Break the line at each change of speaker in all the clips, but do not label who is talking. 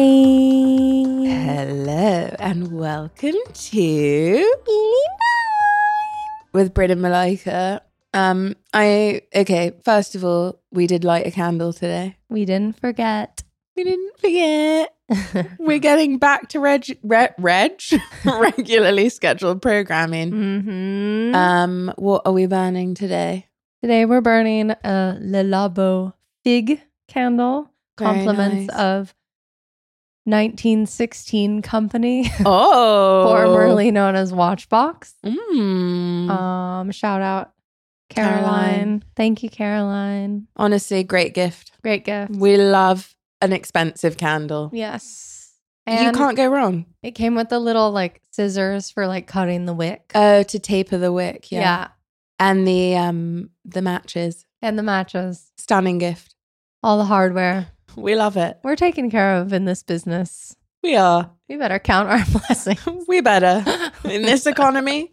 Molly.
Hello and welcome to with Brit and Malika. Um, I okay. First of all, we did light a candle today.
We didn't forget.
We didn't forget. We're getting back to reg, re, reg regularly scheduled programming.
mm-hmm.
Um, what are we burning today?
Today we're burning a Le Labo fig candle,
Very
compliments
nice.
of 1916 company,
oh
formerly known as Watchbox.
Mm.
Um, shout out
Caroline.
Caroline. Thank you, Caroline.
Honestly, great gift.
Great gift.
We love an expensive candle.
Yes.
you
And
can't go wrong.
it came with the little like scissors for like cutting the wick.
Oh, to taper the wick, yeah.
yeah.
And the um the matches.
And the matches,
Stunning gift.
all the hardware.
We love it.
We're taken care of in this business.
We are.
We better count our blessings.
We better. In this economy.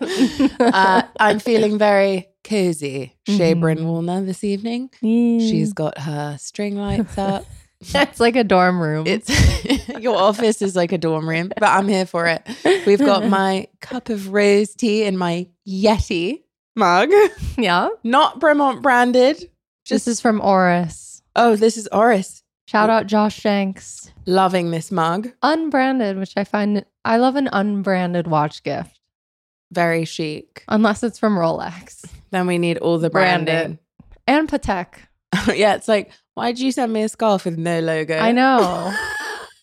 Uh, I'm feeling very cozy. Shea
Mhm.
Bryn Warner this evening. She's got her string lights up.
That's like a dorm room.
It's your office is like a dorm room, but I'm here for it. We've got my cup of rose tea in my Yeti mug.
yeah.
Not Bremont branded. Just
This is from Oris.
oh, this is Oris.
Shout out Josh Shanks.
Loving this mug.
Unbranded, which I find I love an unbranded watch gift,
very chic.
unless it's from Rolex
Then we need all the
Brand
branding.
and Patek.
yeah, it's like, why did you send me a scarf with no logo?
I know.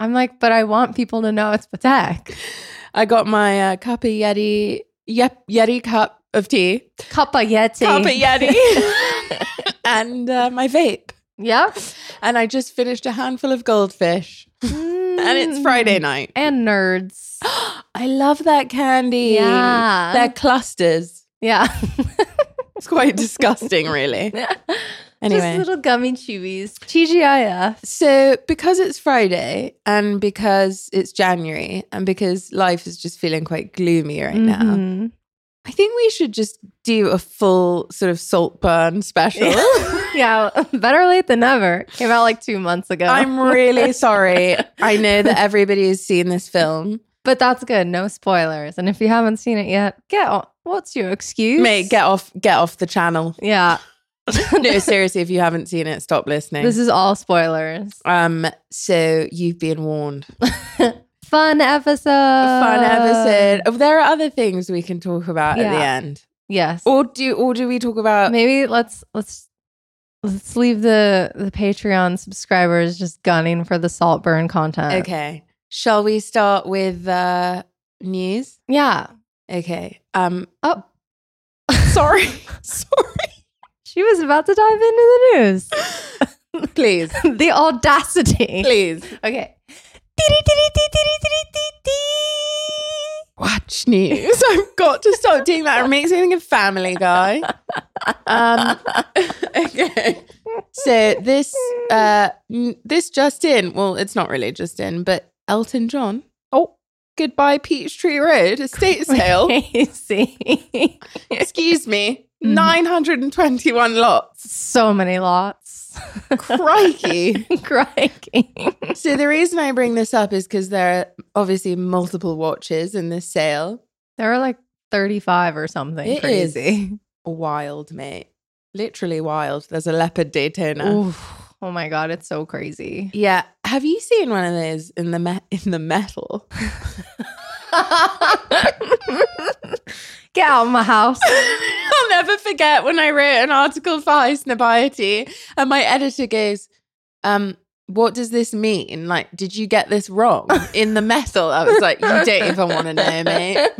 I'm like, but I want people to know it's Patek.
I got my uh, cup of Yeti, yep, Yeti cup of tea,
Cuppa Yeti.
cup of Yeti, and uh, my vape.
Yep.
And I just finished a handful of goldfish, and it's Friday night.
Mm. And nerds.
I love that candy.
Yeah.
They're clusters.
yeah.
It's quite disgusting, really. Anyway.
Just little gummy chewies. TGIF.
So, because it's Friday and because it's January and because life is just feeling quite gloomy right now,
Mhm.
I think we should just do a full sort of salt burn special.
yeah, better late than never. Came out like two months ago.
I'm really sorry. I know that everybody has seen this film.
but that's good. No spoilers. And if you haven't seen it yet, get on. What's your excuse?
Mate, get off get off the channel.
Yeah.
No, seriously, if you haven't seen it, stop listening.
This is all spoilers.
um so you've been warned.
Fun episode.
Fun episode. Oh, There are other things we can talk about at the
Uh. Yeah.
end.
Yes.
Or do or do we talk about
Maybe let's let's let's leave the the Patreon subscribers just gunning for the salt burn content.
Okay. Shall we start with uh, news?
Yeah.
Okay. Um.
Oh.
Sorry. sorry.
She was about to dive into the news.
Please.
the audacity.
Please.
Okay.
Watch news. I've got to stop doing that. It makes me think of Family Guy. Um. okay. So this uh n- this just in. Well, it's not really just in, but Elton John. Oh. Goodbye, Peachtree Road estate sale.
Casey.
Excuse me. Nine hundred and twenty-one lots.
so many lots.
Crikey.
Crikey.
so the reason I bring this up is because there are obviously multiple watches in this sale.
There are like 35 or something.
It is.
crazy.
Wild, mate. Literally wild. There's a leopard Daytona.
Oof. Oh my God. It's so crazy.
Yeah. Have you seen one of those in the me- in the metal?
Get out of my house.
I'll never forget when I wrote an article for High Snobiety and my editor goes, um, what does this mean? Like, did you get this wrong in the metal? I was like, you don't even want to know, mate.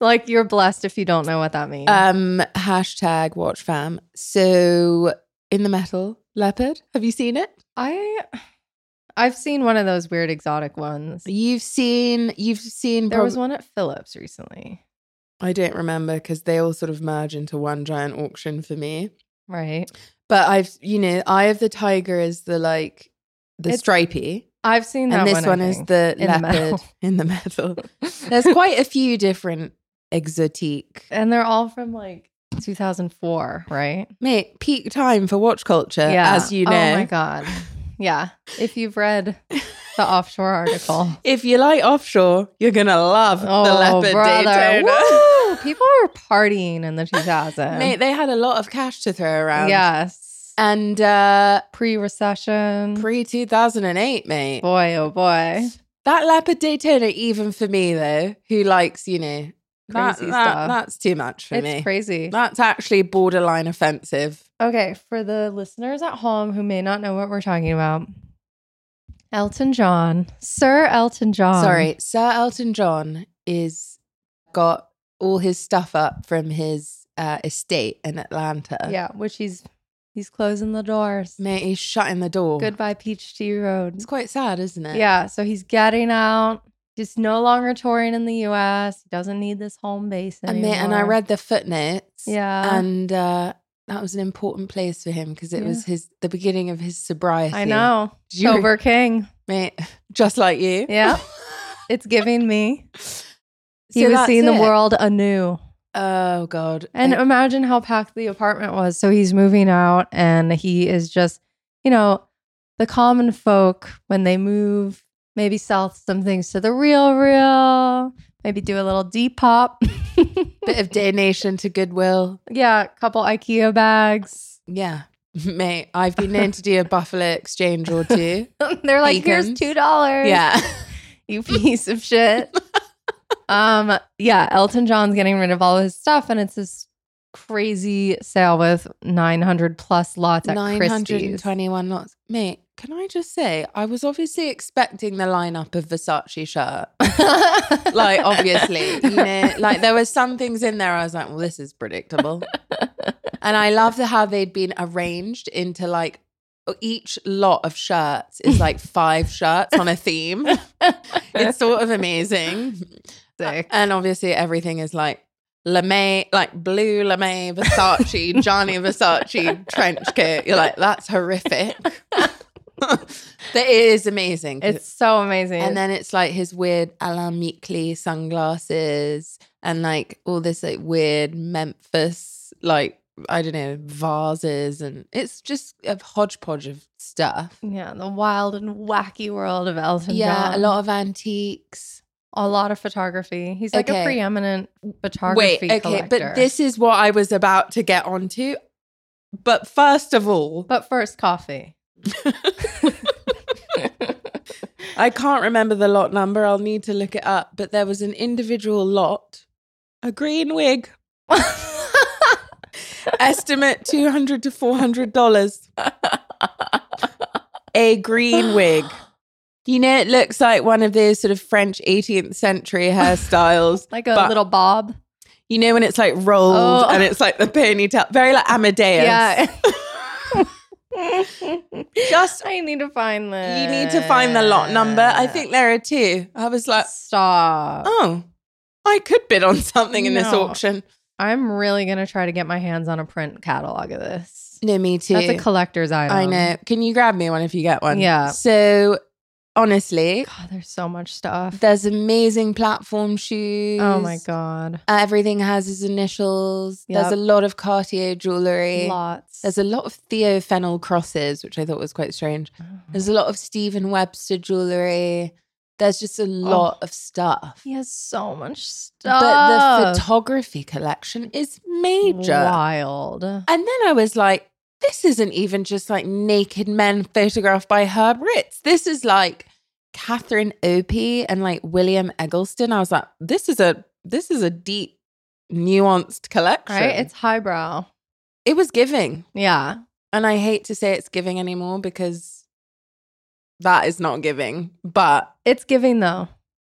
Like, you're blessed if you don't know what that means.
Um, hashtag watch fam. So in the metal leopard, have you seen it?
I. I've seen one of those weird exotic ones.
You've seen, you've seen.
There was
prob-
one at Phillips recently,
I don't remember because they all sort of merge into one giant auction for me.
right?
But I've, you know, Eye of the Tiger is the like the
It's-
stripy,
I've seen that
and this
one. I
one is
think.
the
in the
leopard
metal.
in the metal. There's quite a few different exotique.
and they're all from like 2004, right?
Mate, peak time for watch culture, as you Uh, know.
Oh my god. Yeah. If you've read the offshore article.
If you like offshore, you're gonna love the leopard Daytona.
Oh, Woo! People were partying in the 2000s.
Mate, they had a lot of cash to throw around.
yes.
And uh
Pre-recession.
pre 2008, mate.
boy, oh boy.
That leopard Daytona, even for me though, who likes, you know, that,
Crazy
that-
stuff.
that's too much for
it's
me. Ah.
crazy.
That's actually borderline offensive.
Okay, for the listeners at home who may not know what we're talking about, Elton John, Sir Elton John.
Sorry, Sir Elton John is got all his stuff up from his uh, estate in Atlanta.
Yeah, which he's he's closing the doors.
Mate, he's shutting the door.
Goodbye, Peach Tea Road.
It's quite sad, isn't it?
Yeah, so he's getting out. He's no longer touring in the U.S. He doesn't need this home base
And,
anymore.
mate, and I read the footnotes.
Yeah,
And uh, that was an important place for him because it
Yeah.
was his the beginning of his sobriety.
I know.
Did you-
Sober King.
Mate, just like you.
Yeah, it's giving me. He
So
was
that's
seeing the
it.
world anew.
Oh God.
And
I-
imagine how packed the apartment was. So he's moving out and he is just, you know, the common folk when they move, maybe sell some things to the real real, maybe do a little depop.
bit of donation to Goodwill.
yeah, a couple IKEA bags.
Yeah. Mate, I've been known to do a buffalo exchange or two.
They're like, here's
Beacons.
two dollars.
Yeah.
You piece of shit. um, yeah, Elton John's getting rid of all his stuff, and it's this crazy sale with nine hundred plus lots at Christie's.
921 lots. Mate, can I just say, I was obviously expecting the lineup of Versace shirt. Like, obviously, you know, like there were some things in there I was like, well, this is predictable. and I loved how they'd been arranged into like each lot of shirts is like five shirts on a theme. It's sort of amazing.
sick.
And obviously, everything is like LeMay, like blue LeMay, Versace, Johnny Versace trench coat. You're like, that's horrific. but it is amazing.
It's so amazing.
and then it's like his weird Alan Meekley sunglasses and like all this like weird Memphis, like, I don't know, vases. And it's just a hodgepodge of stuff.
yeah, the wild and wacky world of Elton
Yeah,
John.
a lot of antiques.
a lot of photography. He's like a
Okay.
preeminent photography collector.
but this is what I was about to get onto. But first of all,
But first, coffee.
I can't remember the lot number. I'll need to look it up. But there was an individual lot, a green wig, estimate two hundred to four hundred dollars. a green wig. You know, it looks like one of those sort of French 18th century hairstyles.
like a
But-
little bob.
You know, when it's like rolled
Oh.
and it's like the ponytail, very like Amadeus.
Yeah.
Just
I need to find the.
You need to find the lot number. I think uh there are two. I was like,
Stop.
oh, I could bid on something in this
No.
auction.
I'm really gonna try to get my hands on a print catalog of this.
No, me too.
That's a collector's item.
I know. Can you grab me one if you get one?
Yeah.
So honestly,
God, Oh, there's so much stuff.
there's amazing platform shoes. Uh,
Oh my god.
Everything has his initials.
Yep.
There's a lot of Cartier jewelry.
Lots.
There's a lot of Theo Fennel crosses, which I thought was quite strange.
Oh.
There's a lot of Stephen Webster jewelry. There's just
Oh.
a lot of stuff.
he has so much stuff.
But the photography collection is major.
wild.
And then I was like, this isn't even just like naked men photographed by Herb Ritz. This is like Catherine Opie and like William Eggleston. I was like, this is a this is a deep, nuanced collection.
Right? It's highbrow.
it was giving.
Yeah.
And I hate to say it's giving anymore because that is not giving. But
It's giving though.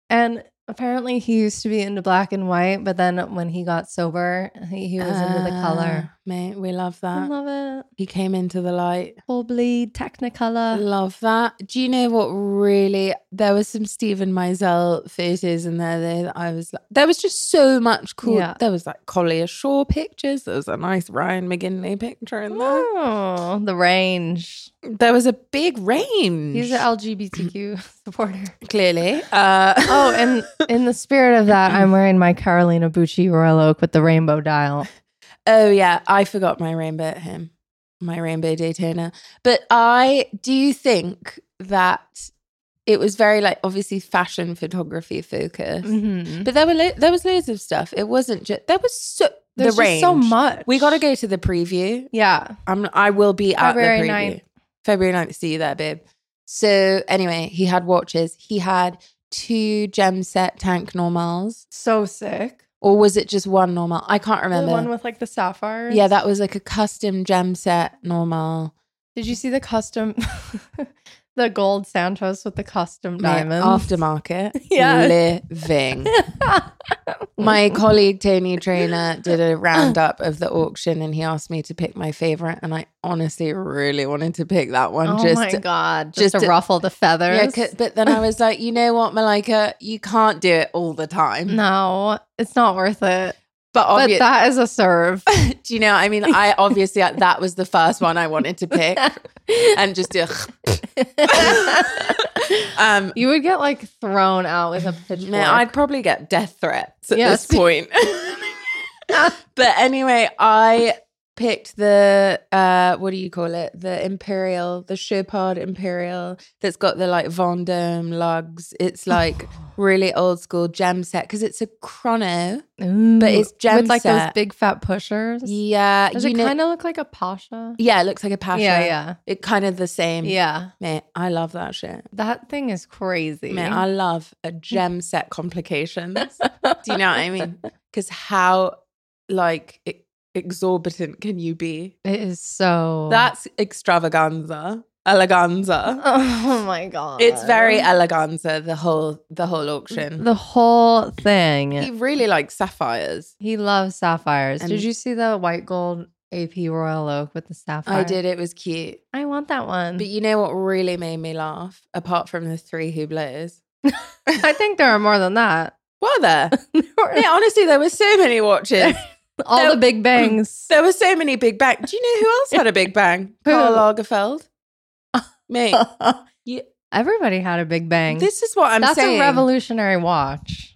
And apparently he used to be into black and white, but then when he got sober, he, he was into the
Uh,
color.
Mate, we love
I
that.
love it.
He came into the light.
Full bleed, technicolor.
Love that. Do you know what really? There was some Stephen Meisel photos in there though that I was like, there was just so much cool.
Yeah.
There was like Collier Shaw pictures. There was a nice Ryan McGinley picture in there.
Oh, the range.
There was a big range.
Mm. He's an LGBTQ supporter.
clearly. Uh,
Oh, and in the spirit of that, I'm wearing my Carolina Bucci Royal Oak with the rainbow dial.
oh yeah, I forgot my rainbow at him, my rainbow Daytona. But I do think that it was very like obviously fashion photography focused.
Mhm.
But there were lo- there was loads of stuff. It wasn't just there was so
There's just
the range.
so much.
We got to go to the preview.
Yeah.
I'm I will be at
February
the preview.
9th.
February 9th. See you there, babe. So anyway, he had watches. He had two gem set tank normals.
So sick.
Or was it just one normal? I can't remember.
The one with like the sapphires.
yeah, that was like a custom gem set normal.
Did you see the custom, the gold Santos with the custom
Mate,
diamonds?
Aftermarket.
Yes.
Living. oh,
Oh.
My colleague Tony Trainer did a roundup of the auction and he asked me to pick my favorite. And I honestly really wanted to pick that one.
oh
just
my god! Just,
just
to
to-
ruffle the
Yeah,
feathers.
'cause- but then I was like, you know what, Malika, you can't do it all the time.
no, it's not worth it. But
But, obvi-
that is a serve.
do you know? I mean, I obviously that was the first one I wanted to pick, and just do. um,
you would get like thrown out with a pitchfork.
man, I'd probably get death threats at
Yes.
this point. but anyway, I picked the uh, what do you call it? The imperial, the Chopard Imperial that's got the like Vendome lugs. It's like really old school gem set because it's a chrono.
Ooh,
but it's gem
Mm, with like those
set.
big fat pushers.
Yeah,
Does
you
it
know.
kind of look like a pasha?
yeah, it looks like a pasha.
Yeah, yeah,
It kind of the same.
yeah.
Mate, I love that shit.
That thing is crazy.
Mate, I love a gem set complications. Do you know what I mean? Because how like e- exorbitant can you be?
It is so.
That's extravaganza, eleganza.
Oh my god!
It's very eleganza. The whole the whole auction.
the whole thing.
He really likes sapphires.
He loves sapphires.
And-
Did you see the white gold AP Royal Oak with the sapphire? Mm.
I did. It was cute.
I want that one.
But you know what really made me laugh? Apart from the three hublots.
I think there are more than that.
Were there?
There were
yeah, honestly, there were so many watches.
All
there-
the big bangs.
There were so many Big Bang. Do you know who else had a Big Bang?
Who? Oh,
Karl Lagerfeld. Mate,
Everybody had a big bang.
this is what I'm
That's
saying.
a revolutionary watch.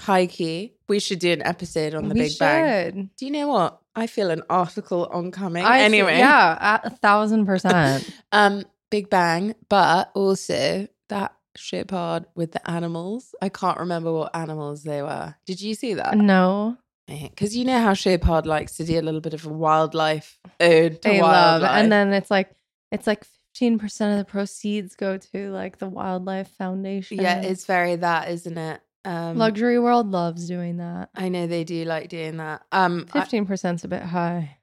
High key. We should do an episode on the
We
Big Bang.
should.
Do you know what? I feel an article oncoming.
I-
anyway,
yeah, a a thousand percent.
um, Big Bang, but also that shit pod with the animals. I can't remember what animals they were. Did you see that?
no,
Because you know how Shepard likes to do a little bit of a wildlife ode to
they love,
wildlife.
and then it's like it's like fifteen percent of the proceeds go to like the Wildlife Foundation.
yeah, it's very that, isn't it? Um,
Luxury World loves doing that.
I know they do like doing that. Um, I-
Fifteen percent's a bit high.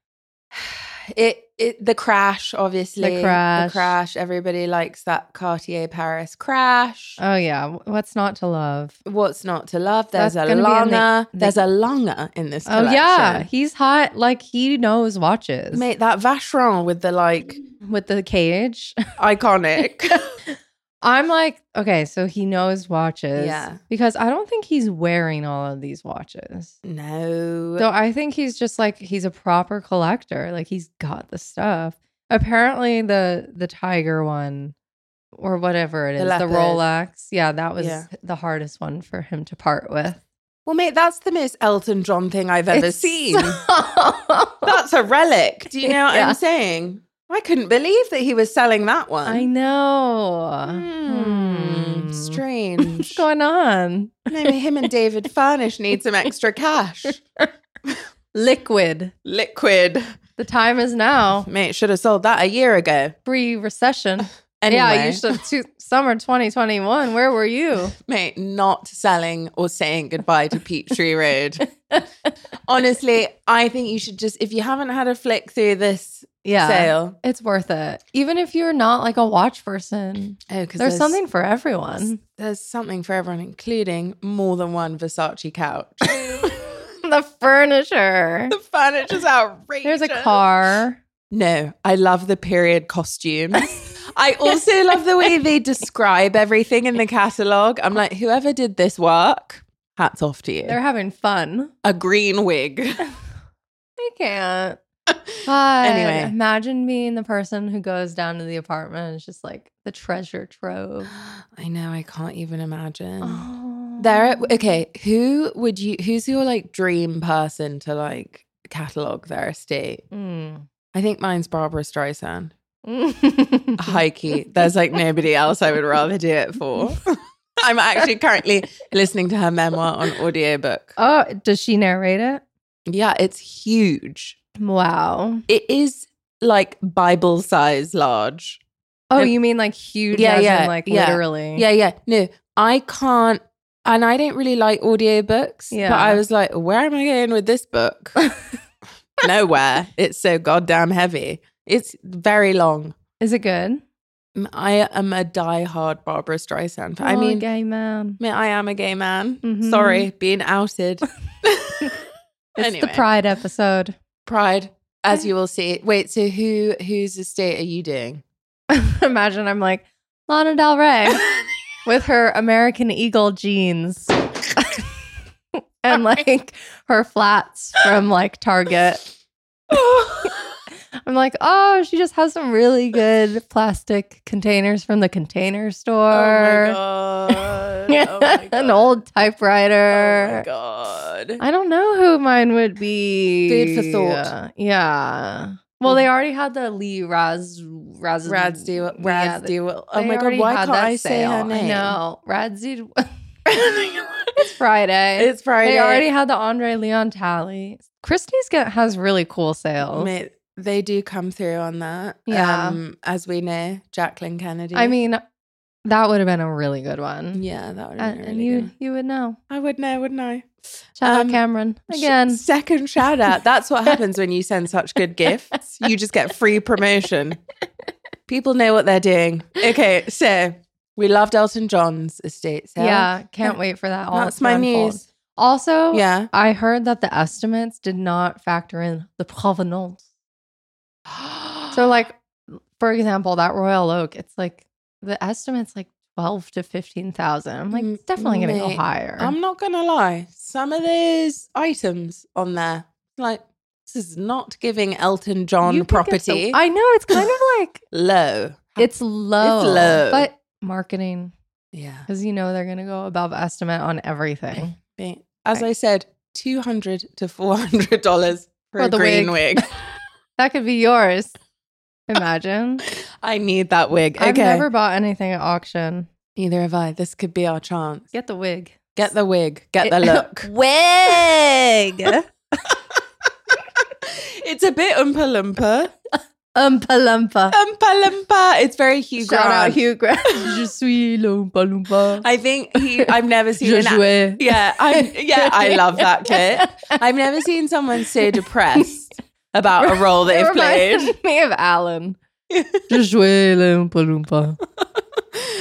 it it the crash obviously
Crash.
crash. Everybody likes that Cartier Paris crash.
Oh yeah, w- what's not to love?
What's not to love? There's
That's
a
gonna be in the-
Langer.
the-
There's a Langer in this. Collection.
Oh yeah, he's hot. Like he knows watches
mate, that Vacheron with the like
with the cage.
iconic.
I'm like, okay, so he knows watches.
Yeah.
Because I don't think he's wearing all of these watches.
no,
So I think he's just like he's a proper collector. Like he's got the stuff. Apparently the the tiger one or whatever it
The
is, the,
leopard.
Rolex. Yeah, that was
Yeah.
the hardest one for him to part with.
well, mate, that's the most Elton John thing I've ever
It's-
seen. that's a relic. Do you know what
Yeah.
I'm saying? I couldn't believe that he was selling that one.
I know.
Hmm,
Hmm.
Strange.
What's going on?
Maybe him and David Furnish need some extra cash.
Liquid.
Liquid.
The time is now.
Mate, should have sold that a year ago.
Pre recession.
Anyway,
Yeah, you should. Two, summer 2021. Where were you?
mate, not selling or saying goodbye to Peachtree Road. Honestly, I think you should just, if you haven't had a flick through this
Yeah.
sale.
It's worth it. Even if you're not like a watch person,
Oh, because
there's something for everyone.
There's something for everyone, including more than one Versace couch.
the furniture.
the furniture's outrageous.
There's a car.
No, I love the period costumes. I also love the way they describe everything in the catalog. I'm like, whoever did this work, hats off to you.
They're having fun.
A green wig.
I can't. God,
Anyway.
imagine being the person who goes down to the apartment and it's just like the treasure trove.
I know, I can't even imagine.
Oh.
Mm. There, okay. Who would you? Who's your like dream person to like catalog their estate?
Mm.
I think mine's Barbara Streisand. hikey. There's like nobody else I would rather do it for. I'm actually currently listening to her memoir on audiobook.
oh, does she narrate it?
Yeah, it's huge.
Wow.
It is like Bible size large.
Oh,
And-
you mean like huge?
Yeah,
as in,
yeah,
like
yeah.
literally.
Yeah, yeah. No, I can't. And I don't really like audiobooks.
Yeah.
But I was like, where am I going with this book? Nowhere. It's so goddamn heavy. It's very long.
Is it good?
M- I am a diehard Barbara Streisand. fan. I
Oh,
mean,
gay man.
I mean, I am a gay man.
Mhm.
Sorry, being outed.
It's
anyway.
the Pride episode.
Pride,
eh.
as you will see. Wait, so who whose estate are you doing?
Imagine I'm like Lana Del Rey with her American Eagle jeans and like her flats from like Target.
Oh
I'm like, oh, she just has some really good plastic containers from the container store.
Oh god. Oh
An old typewriter.
god.
I don't know who mine would be.
Food for thought.
Uh, Yeah. Well, they already had the Lee Raz Raz
Rads do Rads
Mm, yeah, they-
do Oh
they
my god,
already
why
had
can't
that
I say her
sale.
name?
I know. Radzi It's Friday.
it's Friday.
They already had the Andre Leon tally. Christie's get, has really cool sales.
Mate, they do come through on that.
Yeah.
Um, as we know, Jacqueline Kennedy.
I mean, that would have been a really good one.
yeah, that would
A-
have
uh, And,
been really
you
good.
you would know.
I would know, wouldn't I?
Shout
Um,
out Cameron
Sh-
again.
second shout out. That's what happens when you send such good gifts. You just get free promotion. People know what they're doing. Okay, so we loved Elton John's estate sale.
yeah, can't wait for that. All
that's
to
my
unfold.
news.
Also,
Yeah.
I heard that the estimates did not factor in the provenance. So, like, for example, that Royal Oak, it's like the estimates like twelve to fifteen thousand. I'm like,
M-
it's definitely gonna go
mate,
higher.
Mm, I'm not gonna lie. Some of those items on there, like this is not giving Elton John
You think it's the-
property
I know it's kind of like
low.
it's low,
low.
but marketing
yeah.
because you know they're gonna go above estimate on everything.
Mate, As I said, two hundred to four hundred dollars for
For
a
the
green wig.
That could be yours. Imagine.
I need that wig.
I've
Okay.
never bought anything at auction.
Neither have I. This could be our chance.
Get the wig.
Get the wig. Get the
It-
look.
Wig.
it's a bit oompa loompa.
Umpa lumpa.
Oompa loompa. It's very Hugh
Shout out
Grant.
Hugh Grant. Je suis l'oompa loompa.
I think he. I've never seen.
Je
an-
jouais.
yeah, I yeah, I love that clip. I've never seen someone so depressed about a role
It
they've
reminds
played.
me of Alan. Je jouais l'oompa loompa.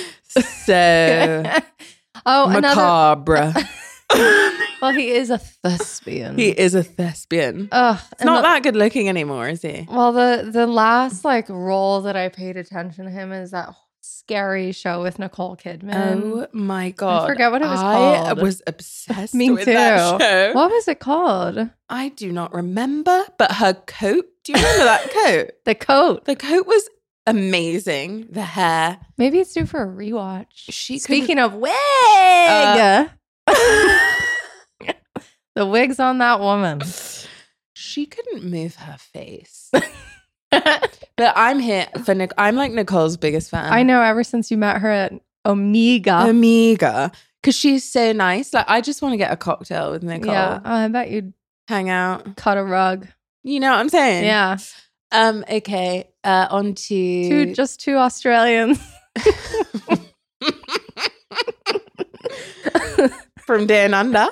So
Oh, another.
macabre.
Well, he is a thespian.
he is a thespian.
Ugh,
It's
and
not
the-
that good looking anymore, is he?
Well, the the last like role that I paid attention to him is that scary show with Nicole Kidman.
Oh my god!
forget Um, what it was
I
called.
was obsessed
Me
with that
too.
show.
What was it called?
I do not remember, but her coat. Do you remember that coat?
The Coat.
The coat was amazing. The hair.
Maybe it's due for a rewatch.
She
Speaking of wig,
Uh,
the wigs on that woman.
she couldn't move her face. but I'm here for Nic- I'm like Nicole's biggest fan.
I know ever since you met her at Omega.
Omega. Because she's so nice. Like, I just want to get a cocktail with Nicole,
Yeah. Oh, I bet you'd
hang out.
cut a rug.
You know what I'm saying?
Yeah.
Um, okay. Uh, on to.
Two, just two Australians.
From Down Under.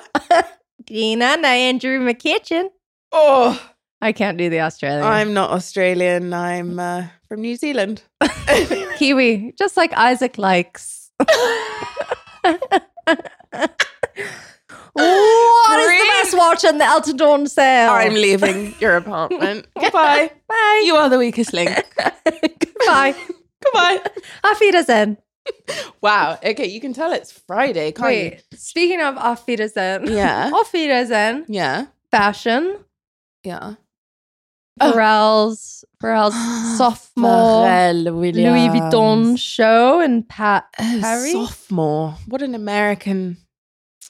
Dina and Andrew McKitchen.
Oh,
I can't do the Australian.
I'm not Australian. I'm uh, from New Zealand.
Kiwi, just like Isaac likes. what is the best watch in the Elton John sale?
I'm leaving your apartment. Goodbye. Bye. You are the weakest link.
Goodbye.
Goodbye.
Auf Wiedersehen.
Wow. Okay, you can tell it's Friday, can't
Wait, speaking of Auf Wiedersehen.
you? Yeah.
Auf Wiedersehen.
Yeah.
Fashion.
Yeah. Oh.
Pharrell's Pharrell's sophomore Louis Vuitton show in pa-
Oh,
Paris?
Sophomore. What an American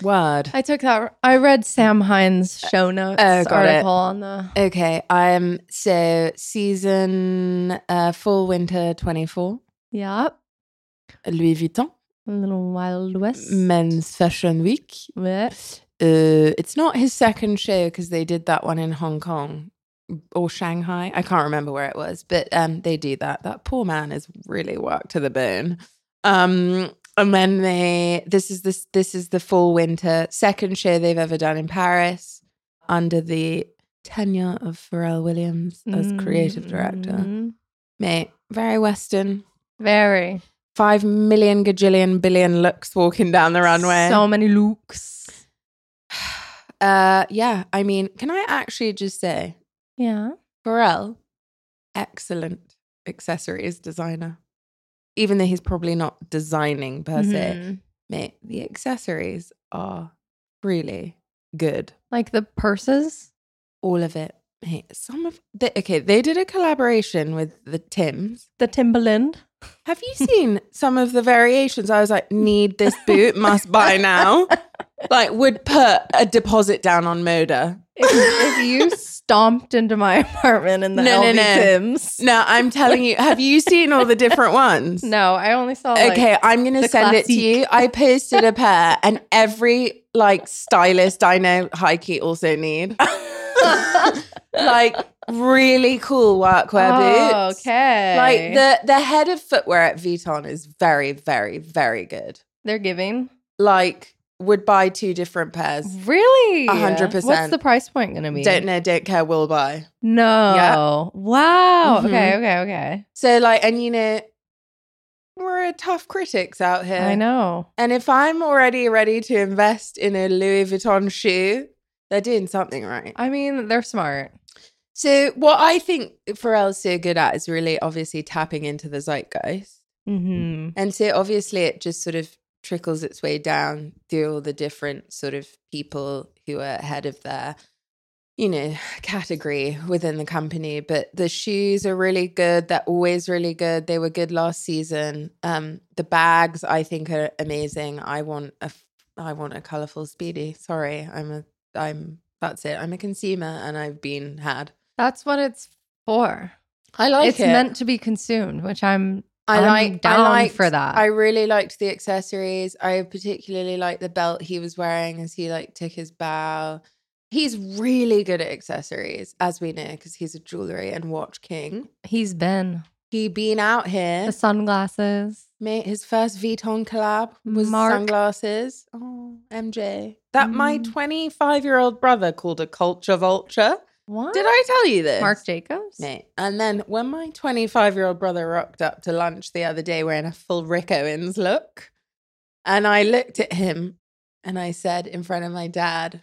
Word.
I took that. I read Sam Hines' show notes
Oh, got it.
article on the.
Okay, I'm so season uh, fall winter 24,
Yep.
Louis Vuitton,
A little Wild West.
Mm. Men's Fashion Week.
Yeah.
Uh, it's not his second show because they did that one in Hong Kong or Shanghai. I can't remember where it was, but um, they do that. That poor man is really worked to the bone. Um, and then they this is this this is the fall winter second show they've ever done in Paris under the tenure of Pharrell Williams as creative director.
Mhm.
Mate, very Western.
Very.
Five million gajillion billion looks walking down the runway.
So many looks.
Uh, yeah, I mean, can I actually just say,
Yeah.
Pharrell, excellent accessories designer. Even though he's probably not designing per se,
Mhm.
mate, the accessories are really good.
Like the purses.
All of it. Mate, some of the, okay, they did a collaboration with the Tims.
The Timberland.
Have you seen some of the variations? I was like, need this boot, must buy now. Like, would put a deposit down on Moda.
If, if you stomped into my apartment in the
No, no,
LV
no.
Tims.
No, I'm telling you, have you seen all the different ones?
No, I only saw. like-
Okay, I'm gonna
the
send it to
classique.
you. I posted a pair, and every like stylist I know, Heike also need like really cool workwear
Oh,
boots.
okay.
Like the the head of footwear at Vuitton is very, very, very good.
they're giving.
Like, would buy two different pairs.
Mm-hmm. Really?
A hundred
What's
percent.
the price point going to be?
Don't know, don't care, will buy.
No. Wow. Okay.
Mhm.
Okay. Okay.
So like, and you know, we're tough critics out here.
I know.
And if I'm already ready to invest in a Louis Vuitton shoe, they're doing something right.
I mean, they're smart.
So, what I think Pharrell's so good at is really obviously tapping into the zeitgeist.
Mm-hmm.
And so, obviously, it just sort of trickles its way down through all the different sort of people who are ahead of their, you know, category within the company. But the shoes are really good. They're always really good. They were good last season. Um, the bags, I think, are amazing. I want a, f- I want a colorful speedy. Sorry, I'm a, I'm. That's it. I'm a consumer, and I've been had.
That's what it's for.
I like
it's meant to be consumed, which I'm.
I
I'm
like
down
I liked,
for that.
I really liked the accessories. I particularly liked the belt he was wearing as he like took his bow. He's really good at accessories, as we know, because he's a jewelry and watch
Mm-hmm.
king.
He's been
He been out here.
the sunglasses.
Mate, his first Vuitton collab was
Mark.
sunglasses. Oh, MJ. That my
Mm.
25 year old brother called a culture vulture.
What
Did I tell you this?
Mark Jacobs?
Mate. And then when my 25 year old brother rocked up to lunch the other day wearing a full Rick Owens look, and I looked at him and I said in front of my dad,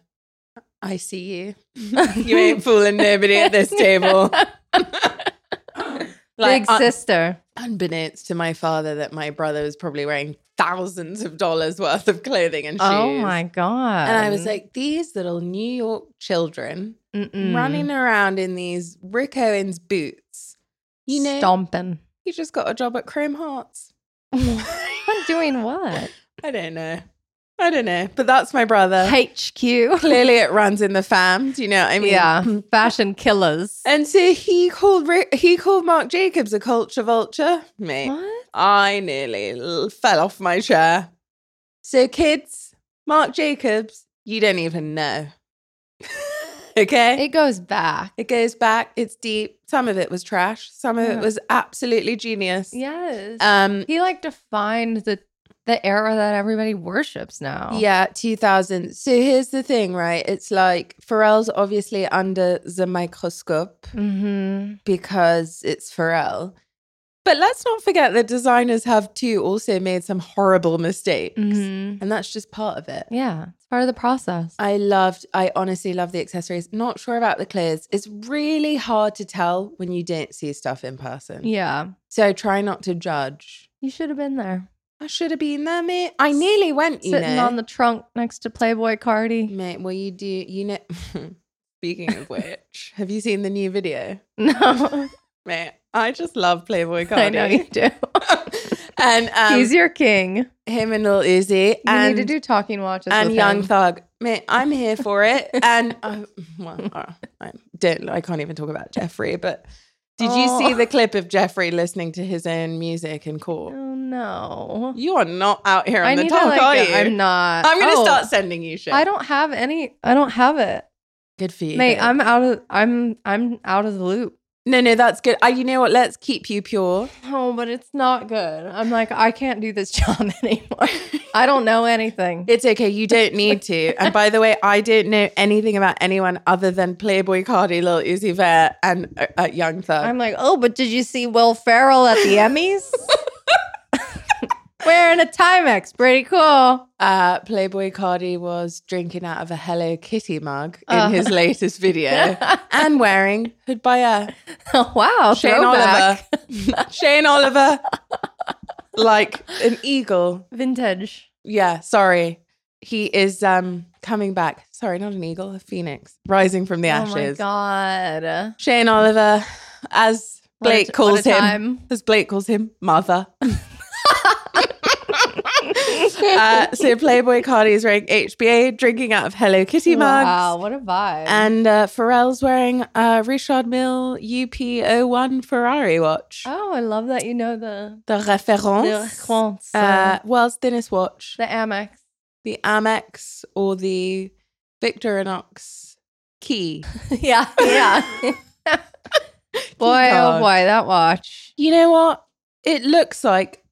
I see you. you ain't fooling nobody at this table. like, uh,
Big
un-
sister.
unbeknownst to my father, that my brother was probably wearing thousands of dollars worth of clothing and shoes.
Oh my god!
And I was like, these little New York children
Mm-mm.
running around in these Rick Owens boots. You know,
stomping.
he just got a job at Chrome Hearts.
I'm doing what?
I don't know. I don't know. But that's my brother.
HQ.
Clearly, it runs in the fam. Do you know what Uh, I mean?
yeah, fashion killers.
And so he called Rick, he called Mark Jacobs a culture vulture, mate.
What?
I nearly l- fell off my chair. So, kids, Mark Jacobs, you don't even know. okay.
It goes back.
It goes back. It's deep. Some of it was trash. Some of
Yeah.
it was absolutely genius.
Yes.
Um.
Uh, he like defined the the era that everybody worships now.
Yeah, 2000. So here's the thing, right? It's like Pharrell's obviously under the microscope
Mm-hmm.
because it's Pharrell. But let's not forget that designers have too also made some horrible mistakes.
mm-hmm.
And that's just part of it.
Yeah. It's part of the process.
I loved, I honestly love the accessories. Not sure about the clothes. It's really hard to tell when you don't see stuff in person.
yeah.
So I try not to judge.
You should have been there.
I should have been there, mate. I nearly went, you
Sitting
know.
on the trunk next to Playboy Cardi.
mate, well, you do, you know. Speaking of which, have you seen the new video?
No.
Mate, I just love Playboy Mm. Cardi.
I know you do.
and um,
He's your king. You
him and Lil Uzi and
need to do talking watches
and
with
Young
him.
Thug. Mate, I'm here for it. and uh, well, uh, I don't. I can't even talk about Jeffrey. But did
Oh.
you see the clip of Jeffrey listening to his own music in court?
Oh no.
You are not out here on
I
the
need
top,
to like.
are you?
I'm not.
I'm gonna
Oh,
start sending you shit.
I don't have any. I don't have it,
Good for you.
mate.
babe.
I'm out of. I'm I'm out of the loop.
no, no, that's good. Uh, you know what? Let's keep you pure.
Oh, but it's not good. I'm like, I can't do this job anymore. I don't know anything.
It's okay. You don't need to. And by the way, I don't know anything about anyone other than Playboy Cardi, Lil Uzi Vert, and uh, uh, Young Thug.
I'm like, oh, but did you see Will Ferrell at the Emmys? Wearing a Timex, pretty cool.
Uh, Playboy Cardi was drinking out of a Hello Kitty mug in
Uh.
his latest video and wearing Hudbaya.
wow,
Shane
throwback,
Oliver. Shane Oliver, like an eagle.
vintage.
Yeah, sorry. He is um coming back. Sorry, not an eagle, a phoenix rising from the
Oh my
ashes.
god,
Shane Oliver, as
What a
Blake
t-
calls
what a
him,
time.
as Blake calls him, mother. uh, so Playboy Cardi is wearing HBA, drinking out of Hello Kitty mugs.
Wow, what a vibe.
And uh, Pharrell's wearing a Richard Mill UP01 Ferrari watch.
oh, I love that you know the
The
the
Référence.
Quants,
Uh,
uh,
world's thinnest watch.
the Amex.
The Amex or the Victorinox key.
yeah, yeah. boy, oh
card.
boy, that watch.
You know what? It looks like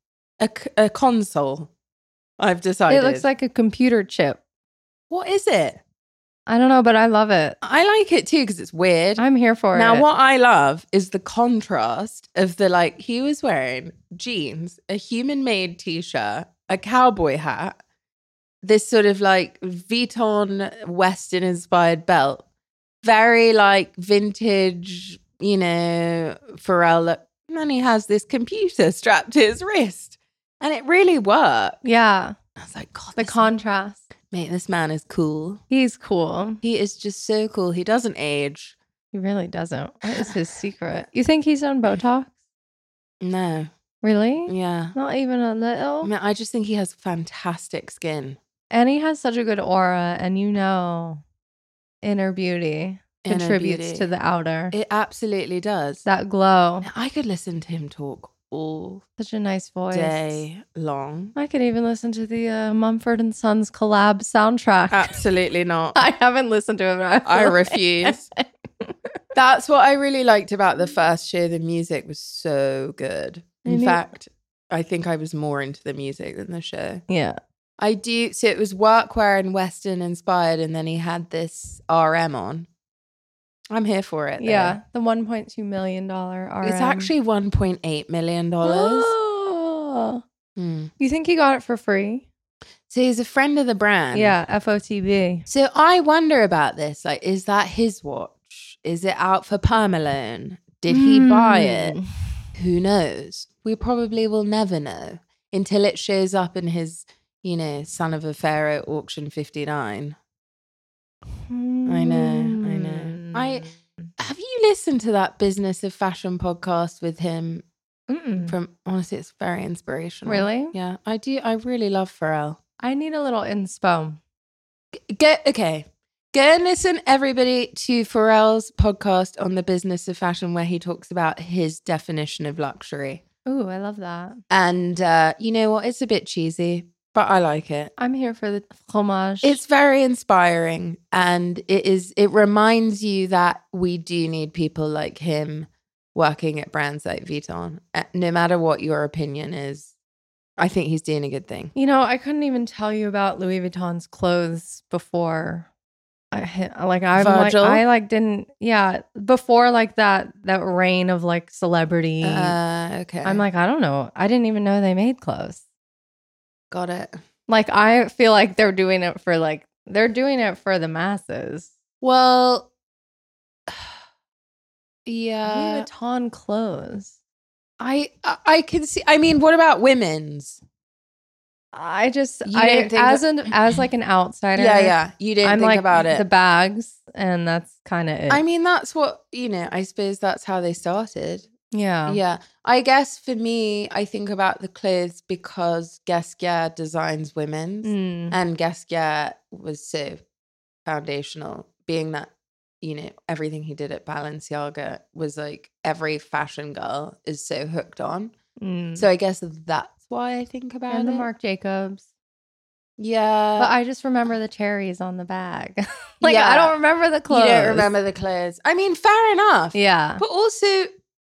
a, c- a console. I've decided.
It looks like a computer chip.
What is it?
I don't know, but I love it.
I like it too because it's weird.
I'm here for
now,
it.
what I love is the contrast of the like, he was wearing jeans, a human made t shirt, a cowboy hat, this sort of like Vuitton Western inspired belt, very like vintage, you know, Pharrell look. And then he has this computer strapped to his wrist. And it really worked.
Yeah,
I was like, God,
the
this-
contrast.
mate, this man is cool.
He's cool.
He is just so cool. He doesn't age.
He really doesn't. What is his secret? You think he's on Botox?
No.
Really?
Yeah.
Not even a
I
little.
mean, I just think he has fantastic skin.
And he has such a good aura, and you know, inner beauty
inner
contributes
beauty.
to the outer.
It absolutely does.
that glow.
I could listen to him talk all
Such a nice voice.
day long.
I could even listen to the uh, Mumford and Sons collab soundtrack.
Absolutely not.
I haven't listened to it. But
Uh, I refuse. That's what I really liked about the first show. The music was so good. In
And it-
fact, I think I was more into the music than the show.
yeah.
I do. So it was workwear and Western inspired, and then he had this RM on. I'm here for it. though.
Yeah. The $1.2 million RM.
It's actually $1.8 million.
Oh.
Hmm.
You think he got it for free?
So he's a friend of the brand.
yeah. FOTB.
So I wonder about this. Like, is that his watch? Is it out for perm alone? Did he buy it?
Mm.
Who knows? We probably will never know until it shows up in his, you know, son of a pharaoh auction 59.
Hmm.
I know, I know. I- Have you listened to that business of fashion podcast with him
Mm-mm.
from honestly it's very inspirational.
Hmm. Really?
Yeah. I do I really love Pharrell.
I need a little inspo.
Go okay. Go and listen, everybody, to Pharrell's podcast on the business of fashion, where he talks about his definition of luxury.
Ooh, I love that.
And uh, you know what? It's a bit cheesy, but I like it.
I'm here for the fromage.
It's very inspiring, and it is. It reminds you that we do need people like him working at brands like Vuitton. Uh, No matter what your opinion is, I think he's doing a good thing.
You know, I couldn't even tell you about Louis Vuitton's clothes before. I hit- like I like
Virgil?
I like didn't yeah before like that that reign of like celebrity.
Uh, okay,
I'm like I don't know. I didn't even know they made clothes.
got it.
Like I feel like they're doing it for like they're doing it for the masses.
Well, yeah, Uh,
Louis Vuitton clothes.
I I I can see. I mean, what about women's?
I just
You
I
don't think
as
that-
an as like an outsider.
Yeah, yeah. You didn't
I'm
think
like
about it.
the bags, and that's kind of it.
I mean, that's what you know. I suppose that's how they started.
Yeah.
Yeah. I guess for me, I think about the clothes because Gasquier designs women's
Mm.
and Gasquier was so foundational, being that, you know, everything he did at Balenciaga was like every fashion girl is so hooked on.
Mm.
So I guess that's why I think about
and the
it.
Marc Jacobs.
Yeah.
But I just remember the cherries on the bag. like I
Uh, Yeah.
don't remember the clothes.
You don't remember the clothes. I mean, fair enough.
Yeah.
But also,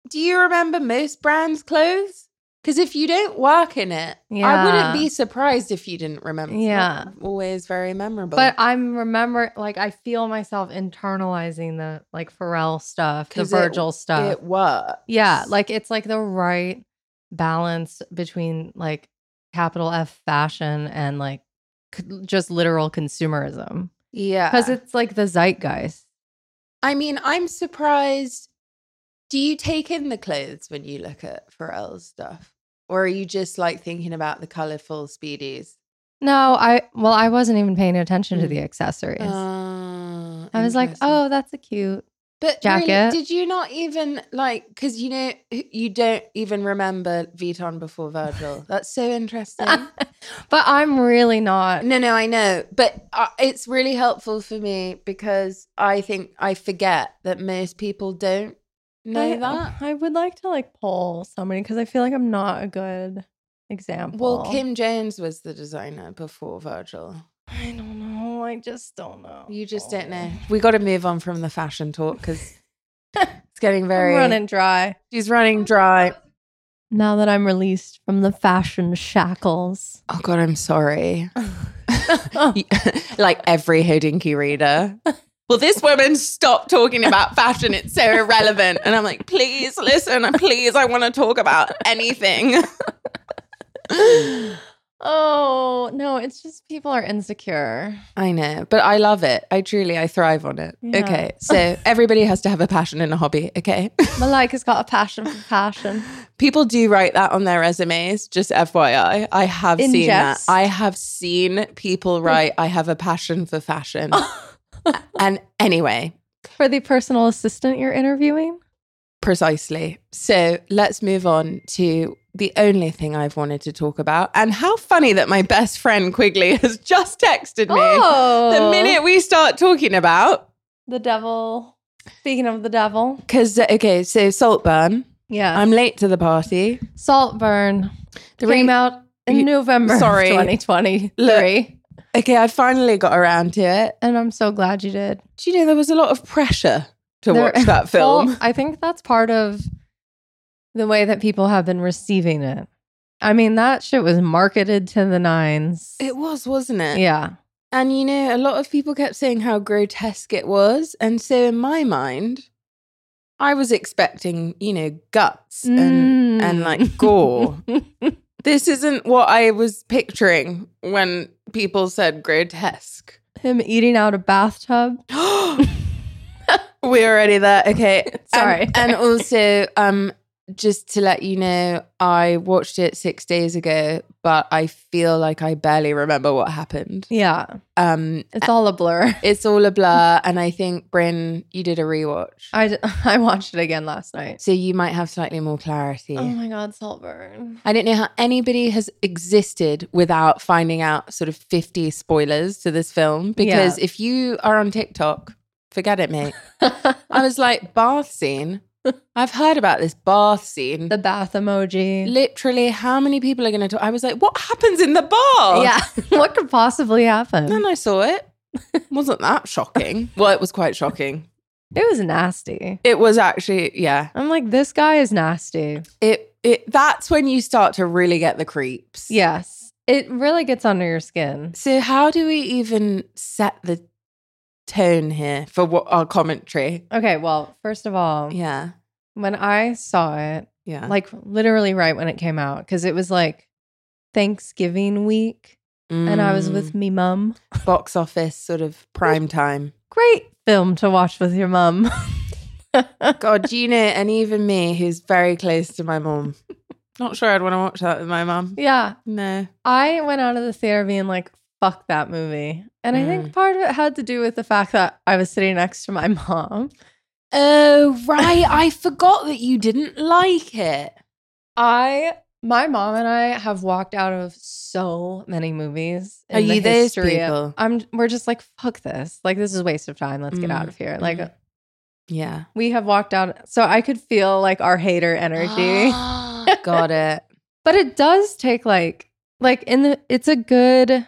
do you remember most brands' clothes? Because if you don't work in it, I
Yeah.
wouldn't be surprised if you didn't remember. It's
Yeah.
not always very memorable.
But I'm remember like I feel myself internalizing the like Pharrell stuff, the
'Cause it-
Virgil stuff.
it works.
uh, yeah, like it's like the right balance between like capital F fashion and like c- just literal consumerism
yeah.
because it's like the zeitgeist.
I mean, I'm surprised. Do you take in the clothes when you look at Pharrell's stuff, or are you just like thinking about the colorful speedies?
No, I well, I wasn't even paying attention to
Mm.
the accessories.
Ah,
I was like,
interesting.
oh, that's a cute.
But
jacket.
really, did you not even like? Because you know you don't even remember Vuitton before Virgil. That's so interesting.
But I'm really not.
no, no, I know, but uh, it's really helpful for me because I think I forget that most people don't know
I,
that.
I would like to like poll somebody because I feel like I'm not a good example.
Well, Kim Jones was the designer before Virgil.
I don't know. I just don't know.
You just eh? don't know. We got to move on from the fashion talk because it's getting very.
I'm running dry
She's running dry.
now that I'm released from the fashion shackles.
Oh God, I'm sorry. like every Hodinky reader. Well, this woman stopped talking about fashion. It's so irrelevant. And I'm like, please listen. Please, I want to talk about anything.
oh no! It's just people are insecure.
I know, but I love it. I truly, I thrive on it.
Yeah.
Okay. So everybody has to have a passion and a hobby. Okay.
Malika's got a passion for fashion.
People do write that on their resumes, just FYI. I have
In
seen
jest?
that. I have seen people write, I have a passion for fashion. and anyway,
For the personal assistant you're interviewing,
Precisely. So let's move on to the only thing I've wanted to talk about. And how funny that my best friend Quigley has just texted me
oh,
the minute we start talking about.
the devil. Speaking of the devil,
Because, okay, so Saltburn,
yeah,
I'm late to the party.
Saltburn
The
came
re-
out in
you-
November
sorry.
of 2023,
okay, I finally got around to it.
and I'm so glad you did.
Do you know there was a lot of pressure to
There-
watch that film?
Well, I think that's part of the way that people have been receiving it. I mean, that shit was marketed to the nines.
it was, wasn't it?
yeah.
And you know, a lot of people kept saying how grotesque it was. And so in my mind, I was expecting, you know, guts
Mm.
and and like gore. this isn't what I was picturing when people said grotesque.
him eating out a bathtub.
We're already there. Okay. And-
Sorry.
And, also, um, just to let you know, I watched it six days ago, but I feel like I barely remember what happened.
Yeah,
Um,
it's all a blur.
It's all a blur, and I think Bryn, you did a rewatch,
I, d- I watched it again last night.
so you might have slightly more clarity.
Oh my god, Saltburn.
I don't know how anybody has existed without finding out sort of fifty spoilers to this film because if you are on TikTok, forget it, mate. I was like bath scene. I've heard about this bath scene.
the bath emoji.
Literally, how many people are going to talk? I was like, what happens in the bath?
Yeah, what could possibly happen?
Then I saw it. Wasn't that shocking? well, it was quite shocking.
It was nasty.
It was actually, yeah.
I'm like, this guy is nasty.
it it that's when you start to really get the creeps.
Yes. It really gets under your skin.
So how do we even set the tone here for what our commentary?
Okay, well, first of all,
Yeah.
when I saw it,
Yeah.
like literally right when it came out, because it was like Thanksgiving week and I was with me mum.
Mm, box office sort of prime time.
Great film to watch with your mum.
God, you know, and even me who's very close to my mom. Not sure I'd want to watch that with my mom.
yeah.
No.
I went out of the theater being like, fuck that
Mm.
movie. And I think part of it had to do with the fact that I was sitting next to my mom.
Oh, right. I forgot that you didn't like it.
I my mom and I have walked out of so many movies.
Are
in the
you those
history of-
people?
I'm we're just like, fuck this. Like this is a waste of time. Let's get out
Mm,
of here. Like
mm. Yeah.
we have walked out so I could feel like our hater energy.
Got it.
but it does take like like in the it's a good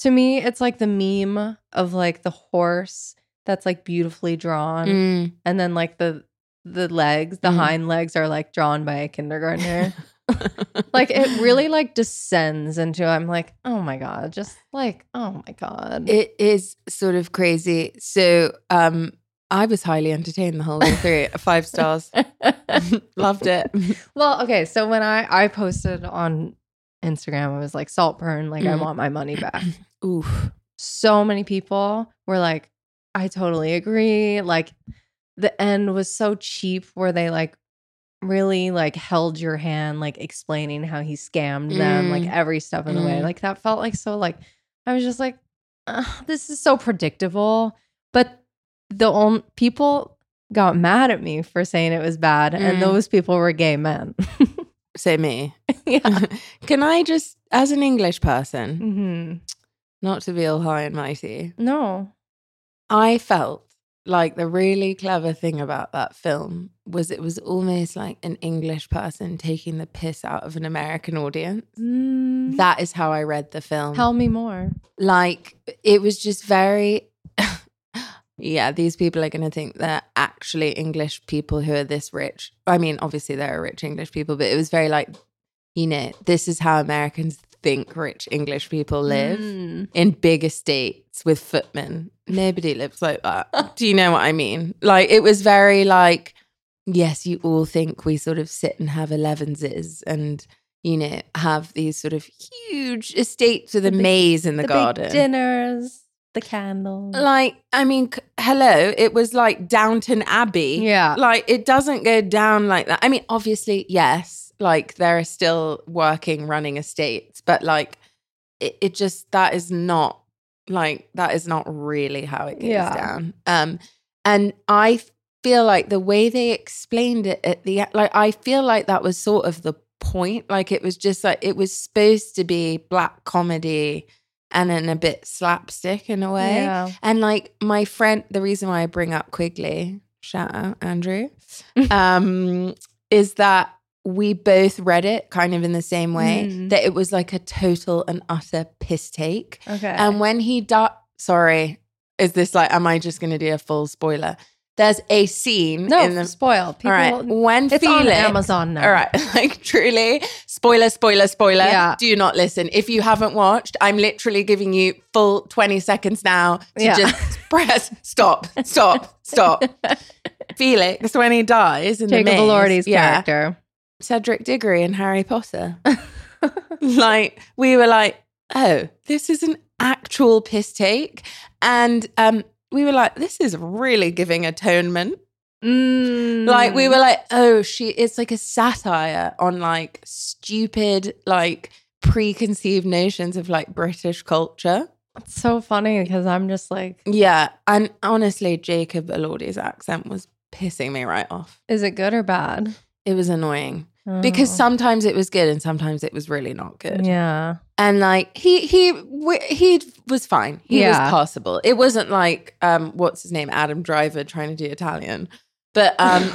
to me, it's like the meme of like the horse that's like beautifully drawn
Mm.
and then like the the legs, the
Mhm.
hind legs are like drawn by a kindergartner. like it really like descends into i'm like oh my god just like oh my god
It is sort of crazy. So um I was highly entertained the whole way through. Five stars. Loved it.
well okay so when i i posted on instagram i was like salt burn like i
Mm.
want my money back
Oof.
so many people were like i totally agree like the end was so cheap where they like really like held your hand like explaining how he scammed them
Mm.
like every step of the way
Mm.
like that felt like so like i was just like "Ugh, this is so predictable but the only people got mad at me for saying it was bad
Mm.
and those people were gay men
Say me.
yeah
Can I just, as an English person,
hmm
not to be all high and mighty,
no
I felt like the really clever thing about that film was it was almost like an English person taking the piss out of an American audience.
Mm.
That is how I read the film.
tell me more
Like it was just very Yeah, these people are going to think they're actually English people who are this rich. I mean, obviously there are rich English people, but it was very like, you know, this is how Americans think rich English people live
Mm.
in big estates with footmen. Nobody lives like that. Do you know what I mean? Like it was very like, yes, you all think we sort of sit and have elevenses and you know have these sort of huge estates with
The
a
big-
maze in the, garden.
big dinners, the candles.
like I mean, c- hello, it was like Downton Abbey.
yeah.
Like it doesn't go down like that. I mean, obviously, yes, like there are still working running estates, but like it, it just that is not like that is not really how it goes
Yeah.
down. Um and I feel like the way they explained it at the e, like I feel like that was sort of the point. Like it was just like it was supposed to be black comedy and then a bit slapstick in a way.
Yeah.
And like my friend, the reason why I bring up Quigley, shout out Andrew, um, is that we both read it kind of in the same way
Mm.
that it was like a total and utter piss take.
Okay.
And when he died, sorry, is this like, am I just going to do a full spoiler? There's a scene
no,
in the.
spoil. People,
all right, when
it's
Felix,
on Amazon now.
all right, like truly, spoiler, spoiler, spoiler.
Yeah.
Do not listen. If you haven't watched, I'm literally giving you full 20 seconds now to
Yeah.
just press stop, stop, stop. Felix, when he dies in the
Jacob
maze,
Elordi's
yeah,
character.
Cedric Diggory in Harry Potter. like we were like, oh, this is an actual piss take, and um, we were like, this is really giving atonement.
Mm.
Like we were like, oh, she it's like a satire on like stupid, like preconceived notions of like British culture.
It's so funny because I'm just like,
Yeah. And honestly, Jacob Elordi's accent was pissing me right off.
is it good or bad?
It was annoying. Because
Oh.
sometimes it was good and sometimes it was really not good.
Yeah.
and like he he w- he was fine. He
Yeah.
was passable. It wasn't like um what's his name Adam Driver trying to do Italian, but um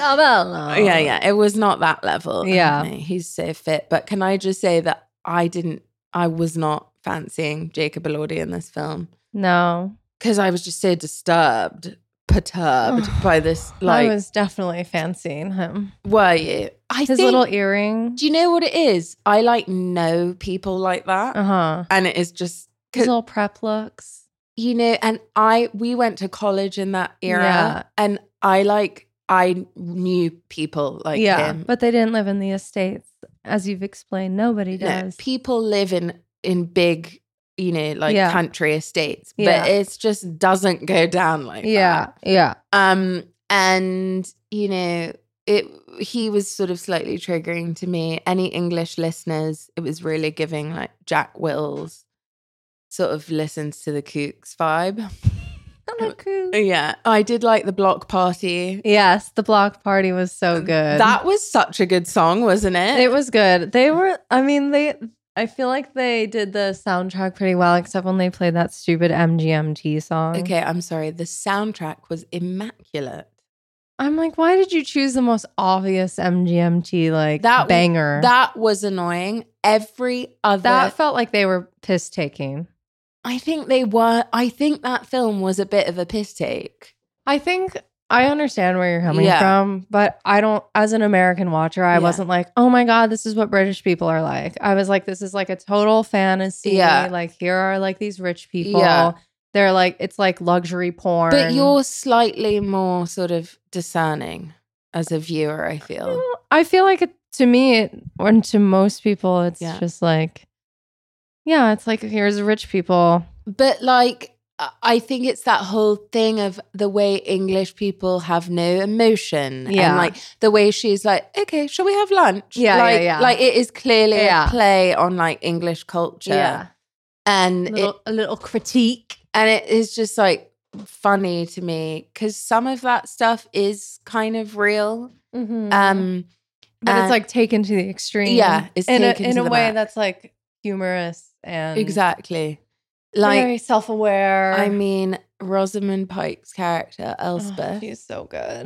Oh, yeah yeah it was not that level.
Um, Yeah.
No, he's so fit. But can I just say that I didn't I was not fancying Jacob Elordi in this film
No.
because I was just so disturbed, perturbed by this. Like,
I was definitely fancying him.
were you? I
His
think-
little earring.
Do you know what it is? I like know people like that,
Uh huh.
and it is
His
just 'cause-
little prep looks.
you know and i we went to college in that era
Yeah.
and i like i knew people like
yeah.
him
But they didn't live in the estates. As you've explained, nobody
No,
does.
people live in in big you know like
Yeah.
country estates
Yeah.
but it's just doesn't go down like
yeah. Yeah.
that. um and you know it he was sort of slightly triggering to me any english listeners it was really giving like jack wills sort of listens to the kooks vibe
Hello, Coop.
Yeah. I did like the block party.
Yes, the block party was so good.
That was such a good song, wasn't it?
it was good. They were. I mean, they. I feel like they did the soundtrack pretty well, except when they played that stupid MGMT song.
okay, I'm sorry. The soundtrack was immaculate.
I'm like, why did you choose the most obvious MGMT like
That-
banger?
That was annoying. Every other
that felt like they were piss taking.
I think they were I think that film was a bit of a piss take.
I think I understand where you're coming
Yeah.
from, but I don't, as an American watcher, I
Yeah.
wasn't like, oh my God, this is what British people are like. I was like, this is like a total fantasy.
Yeah.
Like, here are like these rich people.
Yeah.
They're like, it's like luxury porn.
But you're slightly more sort of discerning as a viewer, I feel.
I feel like it, to me, it, or to most people, it's
Yeah.
just like, yeah, it's like, here's rich people.
But like I- I think it's that whole thing of the way English people have no emotion.
Yeah.
And like the way she's like, okay, shall we have lunch?
Yeah, yeah,
Like,
yeah.
like it is clearly
Yeah.
a play on like English culture. And it,
a little critique.
and it is just like funny to me because some of that stuff is kind of real. Um,
mm-hmm. but
uh,
it's like taken to the extreme.
Yeah, it's
in
taken
a, in
to
a
the
way
max.
that's like humorous
Um,
and
exactly. Like,
very self-aware.
I mean, Rosamund Pike's character,
Oh,
Elspeth.
she's so good.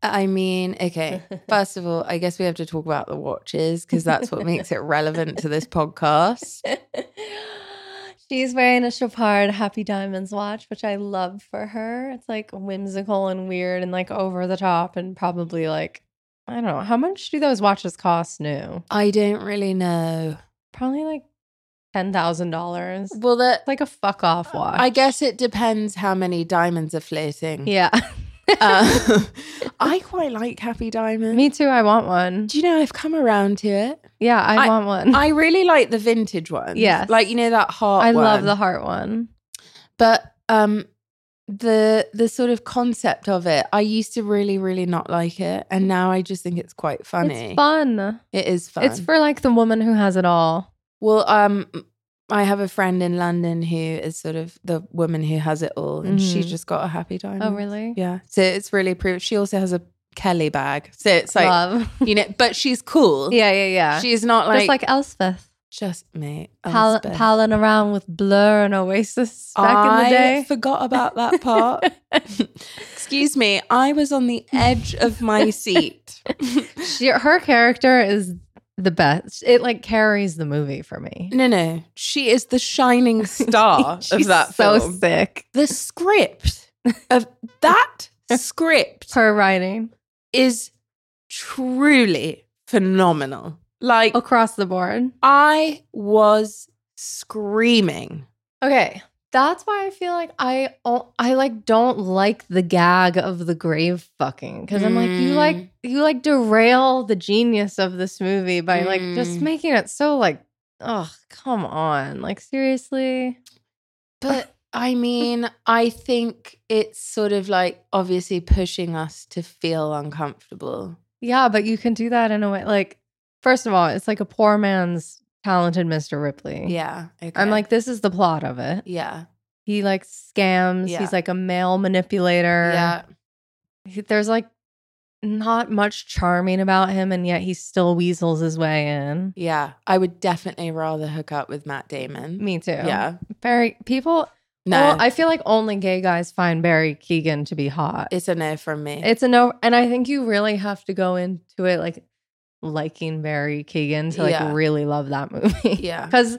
I mean, okay. First of all, I guess we have to talk about the watches because that's what makes it relevant to this podcast.
she's wearing a Chopard Happy Diamonds watch, which I love for her. It's like whimsical and weird and like over the top and probably like I don't know how much do those watches cost new?
I don't really know.
Probably like ten thousand dollars.
Well, that
Like a fuck off watch.
I guess it depends how many diamonds are floating.
yeah.
Uh, I quite like Happy Diamond.
Me too. I want one.
Do you know I've come around to it?
Yeah, I,
I-
want one.
I really like the vintage ones.
Yes.
Like you know that heart
I love
one.
the heart one.
but um the the sort of concept of it. I used to really really not like it and now I just think it's quite funny.
It's fun.
It is fun.
It's for like the woman who has it all.
well um I have a friend in London who is sort of the woman who has it all and she
Mhm.
just got a happy diamond.
Oh, really?
Yeah. So it's really proof. She also has a Kelly bag. So it's like
Love.
you know but she's cool.
yeah, yeah, yeah.
She's not like
Just like Elspeth,
just me.
pal-
Elspeth.
palling around with Blur and Oasis back in the
I
day.
forgot about that part. Excuse me. I was on the edge of my seat.
She, her character is the best. It like carries the movie for me.
no, no. She is the shining star of
She's
that
so
film.
sick.
The script of that script
Her writing
is truly phenomenal. Like
across the board.
I was screaming.
Okay. That's why I feel like I o- I like don't like the gag of the grave fucking cuz I'm like you
Mm.
like you like derail the genius of this movie by like just
Mm.
making it so like oh come on like seriously
But I mean, I think it's sort of like obviously pushing us to feel uncomfortable.
yeah but you can do that in a way like first of all it's like a poor man's talented Mr. Ripley
Yeah. Okay.
I'm like this is the plot of it
yeah.
he like scams
Yeah.
he's like a male manipulator
Yeah.
he- there's like not much charming about him and yet he still weasels his way in
Yeah. I would definitely rather hook up with Matt Damon.
me too
Mm-hmm. Yeah.
barry people
No.
well i feel like only gay guys find barry keegan to be hot
it's a no from me.
it's a no and i think you really have to go into it like liking barry keegan to like
Yeah.
really love that movie
yeah.
because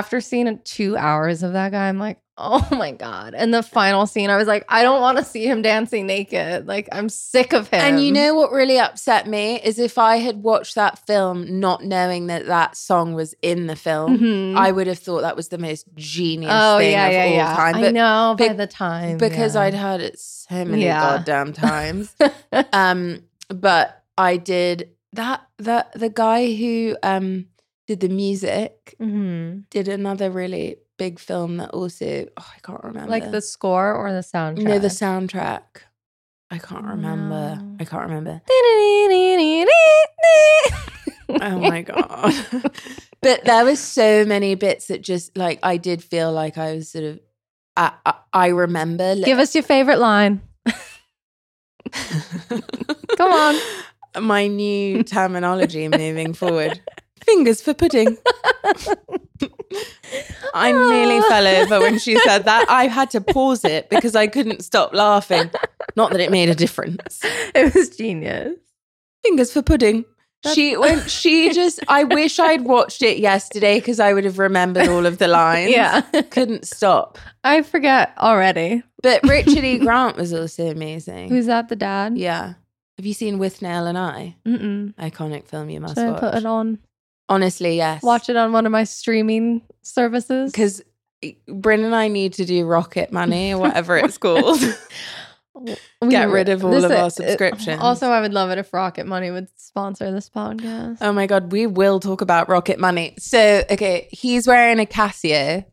after seeing it two hours of that guy i'm like oh my god and the final scene i was like i don't want to see him dancing naked like i'm sick of him
And you know what really upset me is if I had watched that film not knowing that that song was in the film,
Mhm.
I would have thought that was the most genius
Oh,
thing of all time.
I
But
know by
be-
the time
because
yeah.
I'd heard it so many
Yeah.
goddamn times. um, but I did that. That the guy who um did the music
Mhm.
did another really big film that also oh, I can't remember
like the score or the soundtrack.
no the soundtrack. I can't remember.
No.
I can't remember. Oh
oh
my god. but there was so many bits that just like I did feel like I was sort of I, I, I remember. li-
Give us your favorite line. Come on.
My new terminology moving forward. Fingers for pudding. I nearly fell over when she said that. I had to pause it because I couldn't stop laughing. Not that it made a difference.
It was genius.
Fingers for pudding.
That's-
she when she just I wish I'd watched it yesterday because I would have remembered all of the lines.
Yeah.
Couldn't stop.
I forget already.
But Richard E. Grant was also amazing.
Who's that? The dad?
yeah. Have you seen With Nail and I?
Mm-mm.
Iconic film you must
Should I
watch.
put it on?
Honestly, yes.
Watch it on one of my streaming services.
because Bryn and I need to do Rocket Money or whatever it's called.
We-
Get rid of all
this-
of our
it-
subscriptions.
Also, I would love it if Rocket Money would sponsor this podcast.
oh my god, we will talk about Rocket Money. So okay, he's wearing a Casio.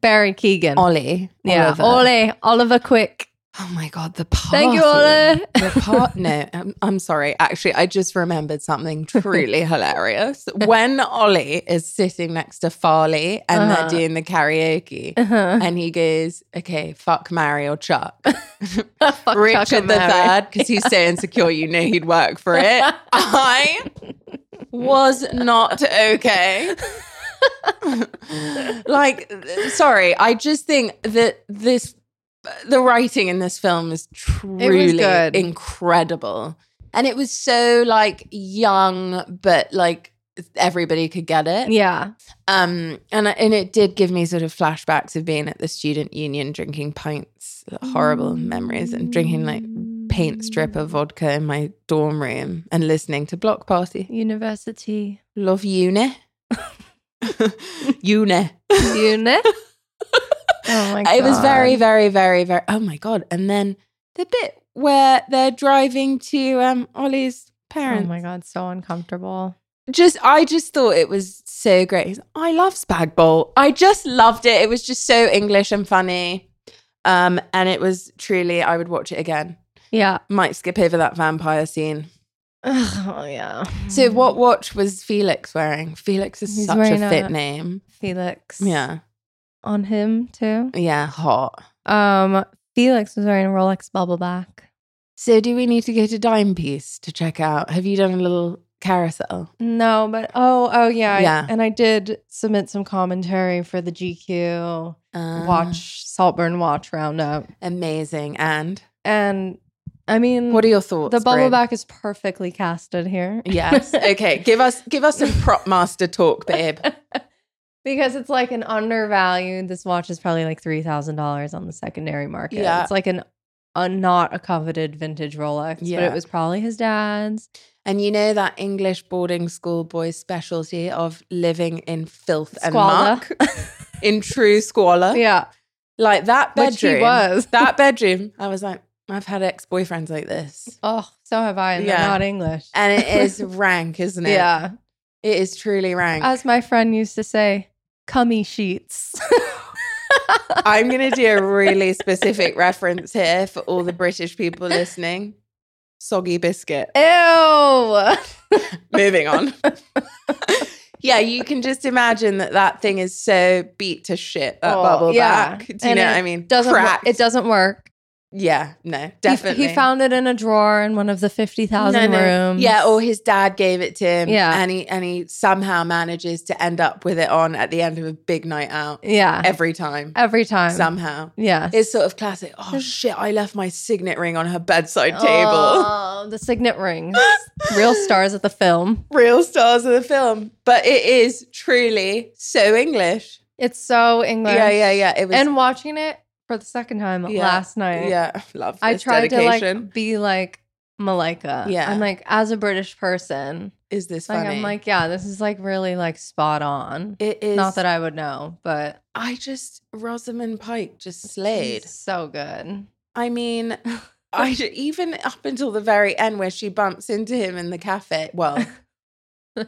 Barry Keegan.
Ollie,
yeah.
Oliver.
Ole. Oliver Quick.
Oh my god, the party.
Thank you, Ole.
The part. no, I'm, I'm sorry. Actually, I just remembered something truly hilarious. When Ollie is sitting next to Farley and
Uh-huh.
they're doing the karaoke,
Uh-huh.
and he goes, "Okay, fuck Mary or Chuck."
Fuck Chuck
Richard
and
the
Mary.
Third, because he's so insecure, you knew he'd work for it. I was not okay. like, sorry, I just think that this, the writing in this film is truly
good.
incredible, and it was so like young, but like everybody could get it.
Yeah.
Um, and and it did give me sort of flashbacks of being at the student union, drinking pints, horrible memories, and drinking like paint strip of vodka in my dorm room and listening to Block Party.
Mm, University
Love uni, uni.
unit. oh my god.
It was very, very, very, very. Oh my god! And then the bit where they're driving to um Ollie's
Oh
parents.
my god, so uncomfortable.
just I just thought it was so great. He's, I love Spag Bowl. I just loved it. It was just so English and funny. Um, and it was truly, I would watch it again.
Yeah.
Might skip over that vampire scene.
Oh yeah.
So, what watch was Felix wearing? Felix is
He's
such a
wearing
fit
a-
name.
Felix?
Yeah.
On him too.
Yeah. Hot.
Um, Felix was wearing a Rolex bubble back.
So, do we need to go to Dime Piece to check out? Have you done a little carousel?
No, but oh, oh yeah, I-
Yeah.
and I did submit some commentary for the GQ
Uh,
watch Saltburn watch roundup,
Amazing. And
and I mean,
what are your thoughts?
the bubble
Bryn?
back is perfectly casted here.
Yes. Okay. give us give us some prop master talk, babe.
because it's like an undervalued this watch is probably like $3000 on the secondary market
Yeah.
it's like an a not a coveted vintage rolex but
Yeah.
it was probably his dad's
And you know that English boarding school boy specialty of living in filth and
Squalor.
muck, in true squalor.
yeah
Like that bedroom.
which he was
That bedroom. I was like, I've had ex boyfriends like this.
oh so have i and
Yeah.
they're not english
And it is rank, isn't it?
yeah Uh,
It is truly rank.
as my friend used to say cummy sheets
I'm going to do a really specific reference here for all the British people listening soggy biscuit.
ew
Moving on. yeah, you can just imagine that that thing is so beat to shit, that
Oh,
bubble
yeah.
back. Do you
And
know
it
what I mean?
doesn't wor-
Cracked.
it doesn't work
Yeah, no,
He-
definitely.
he, found it in a drawer in one of the 50000 rooms
Yeah, or his dad gave it to him.
Yeah.
and he and he somehow manages to end up with it on at the end of a big night out
yeah
every time.
every time
Somehow,
yeah
it's sort of classic. Oh shit! I left my signet ring on her bedside table.
Oh, the signet rings. Real stars at the film.
Real stars of the film, but it is truly so English.
It's so English.
Yeah, yeah, yeah. It was.
And watching it for the second time
Yeah,
last night,
yeah, love.
I
this
tried
dedication.
to like be like Malika.
Yeah.
I'm like, as a British person,
Is this
like
funny?
I'm like, yeah, this is like really like spot on.
it is.
Not that I would know, but
I just Rosamund Pike just
it's
slayed.
so good.
I mean, I ju- even up until the very end where she bumps into him in the cafe. Well,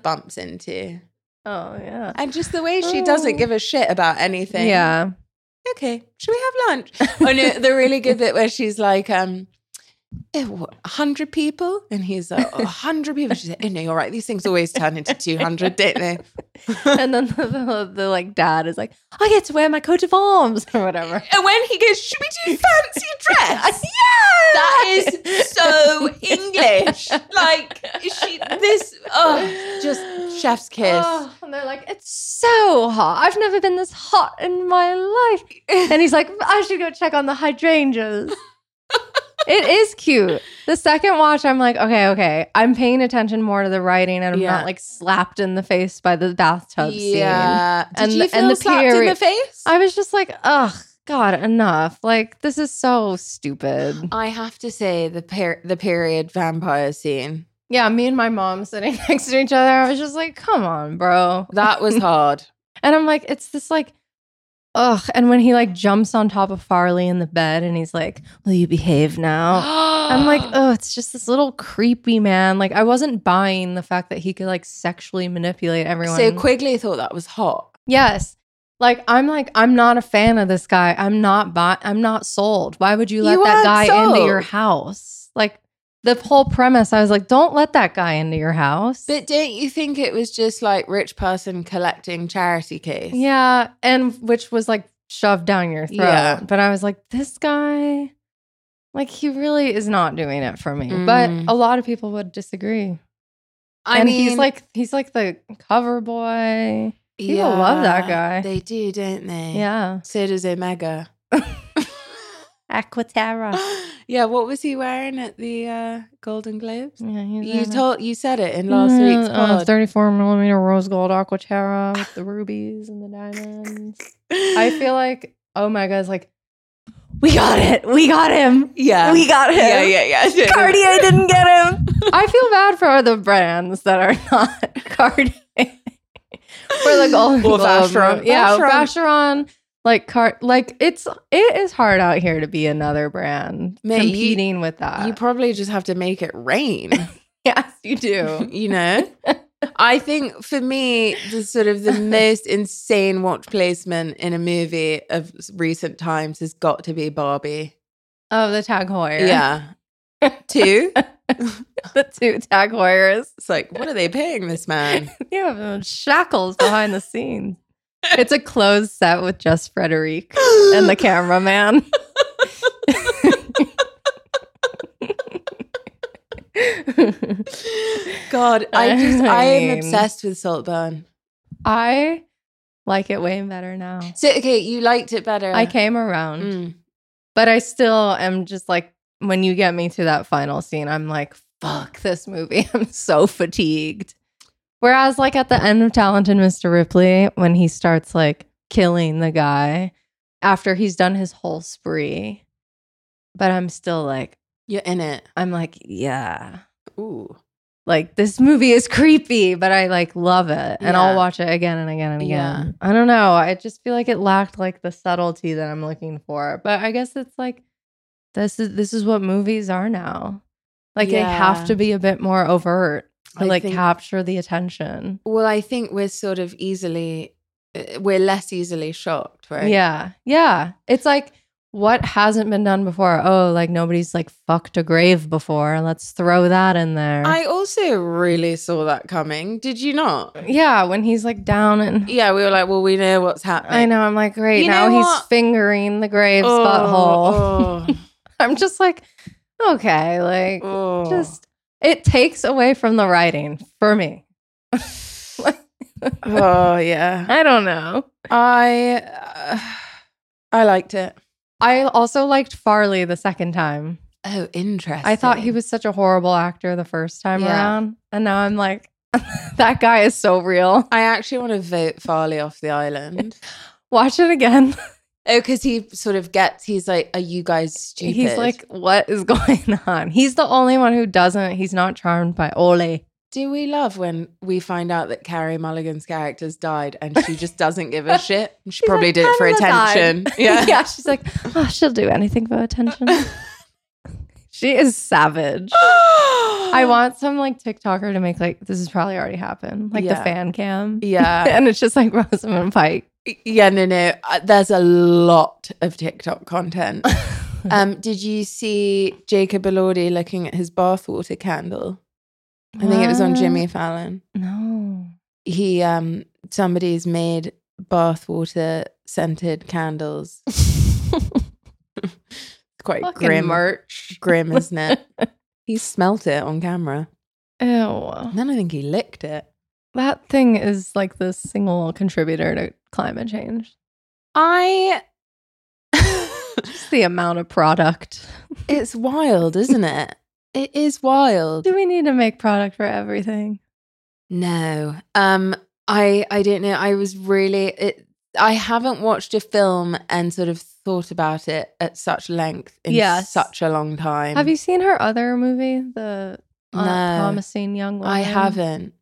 bumps into,
Oh yeah.
and just the way she doesn't
Oh.
give a shit about anything.
Yeah.
Okay, should we have lunch? oh no, the really good bit where she's like, um, "Eh, what, 100 people? And he's like, "Oh, 100 people. She's like, oh, no, you're right. These things always turn into 200, don't they?
and then the, the, the like dad is like, I get to wear my coat of arms or whatever.
And when he goes, should we do fancy dress?
yeah,
that is so English. Like, she, this, oh, just chef's kiss.
Oh, and they're like, it's so hot. I've never been this hot in my life. And he's like, I should go check on the hydrangeas. it is cute. The second watch, I'm like, okay, okay. I'm paying attention more to the writing and I'm
Yeah.
not like slapped in the face by the bathtub scene.
yeah. Did
And
you
the-
feel
and the
slapped in the
period-
face?
I was just like, ugh, God, enough. Like, this is so stupid.
I have to say the per- the period vampire scene.
Yeah, me and my mom sitting next to each other. I was just like, come on, bro.
That was hard.
And I'm like, it's this like, ugh. And when he like jumps on top of Farley in the bed and he's like, will you behave now? I'm like, oh, it's just this little creepy man. Like, I wasn't buying the fact that he could like sexually manipulate everyone.
so Quigley thought that was hot.
Yes. Like I'm like I'm not a fan of this guy. I'm not buy- I'm not sold. Why would you let
You
that
aren't
guy into your
sold.
house? Like the whole premise, I was like, don't let that guy into your house.
But don't you think it was just like rich person collecting charity case?
yeah, and which was like shoved down your throat.
Yeah.
But I was like, this guy, like he really is not doing it for me.
Mm.
But a lot of people would disagree.
I
and
mean,
he's like he's like the cover boy. people love that guy.
yeah, They do, don't they?
Yeah,
So does Omega.
Aquaterra.
yeah. What was he wearing at the uh, Golden Globes?
Yeah, he's
You
in it.
told you said
Mm,
it in last week's pod.
34 millimeter rose gold aquaterra with the rubies and the diamonds. I feel like Omega is like, we got it. We got him.
yeah.
We got him.
yeah, yeah, yeah.
Cartier didn't get him. I feel bad for the brands that are not Cartier for the Golden
Or
Globe.
Vacheron.
Yeah,
Vacheron.
Vacheron. Like car, like it's it is hard out here to be another brand
Mate, you-
competing with that.
You probably just have to make it rain,
yes, you do.
you know? I think for me, the sort of the most insane watch placement in a movie of s- recent times has got to be Barbie.
Oh, the Tag Heuer.
Yeah. Two.
the two Tag Heuers.
It's like, what are they paying this man?
You have them in shackles behind the scenes. It's a closed set with just Frederic and the cameraman.
God, I just I
I mean-
am obsessed with Saltburn.
I like it way better now.
So okay, you liked it better.
I came around,
Mm.
but I still am just like, when you get me to that final scene, I'm like, fuck this movie. I'm so fatigued. Whereas, like, at the end of Talented Mr. Ripley, when he starts like killing the guy after he's done his whole spree, but I'm still like,
You're in it.
I'm like, yeah,
Ooh.
like this movie is creepy, but I like love it and
Yeah.
I'll watch it again and again and again. I don't know. I just feel like it lacked like the subtlety that I'm looking for. But I guess it's like this is this is what movies are now. Like they
Yeah.
have to be a bit more overt to
I
like
think-
capture the attention.
Well, I think we're sort of easily uh, we're less easily shocked, right?
Yeah. Yeah. It's like what hasn't been done before? Oh, like nobody's like fucked a grave before. Let's throw that in there.
I also really saw that coming. Did you not?
yeah, when he's like down and
Yeah, we were like, well, we know what's happening.
I know. I'm like, great.
You
now
know
he's
what?
fingering the grave's butthole.
Oh,
I'm just like, okay, like,
oh, oh.
just it takes away from the writing for me.
Oh yeah.
I don't know.
I uh, I liked it.
I also liked Farley the second time.
Oh, interesting.
I thought he was such a horrible actor the first time
Yeah.
around, and now I'm like, that guy is so real.
I actually want to vote Farley off the island.
Watch it again.
oh, because he sort of gets. He's like, "Are you guys stupid?"
He's like, what is going on? He's the only one who doesn't. He's not charmed by Ole.
Do we love when we find out that Carrie Mulligan's character's died and she just doesn't give a shit? She
She's
probably
like,
did it for
"Pamela died."
attention.
yeah.
Yeah.
she's like, oh, she'll do anything for attention. she is savage. I
I
want some like TikToker to make like this has probably already happened, like
Yeah.
the fan cam.
Yeah.
and it's just like Rosamund Pike.
Yeah, no, no. Uh, There's a lot of TikTok content. Um, did you see Jacob Elordi looking at his bathwater candle? I think it was on
What?
Jimmy Fallon.
No.
He um somebody's made bathwater scented candles. Quite
Fucking
grim.
merch.
Grim, isn't it? he smelt it on camera.
Ew.
And then I think he licked it.
That thing is like the single contributor to climate change.
I
Just the amount of product.
It's wild, isn't it? It is wild.
Do we need to make product for everything?
No. Um I I don't know. I was really it, I haven't watched a film and sort of thought about it at such length in
Yes.
such a long time.
Have you seen her other movie, the uh,
No.
promising young woman?
I haven't.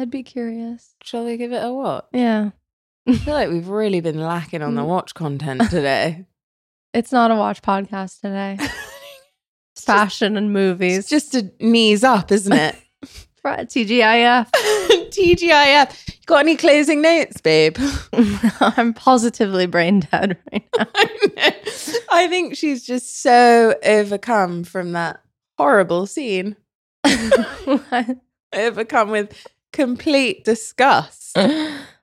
I'd be curious.
Shall we give it a watch?
Yeah,
I feel like we've really been lacking on the watch content today.
it's not a watch podcast today. It's fashion and movies.
it's just a knees up, isn't it?
Fra- TGIF.
TGIF. You got any closing notes, babe?
I'm positively brain dead right now.
I think she's just so overcome from that horrible scene, overcome with complete disgust.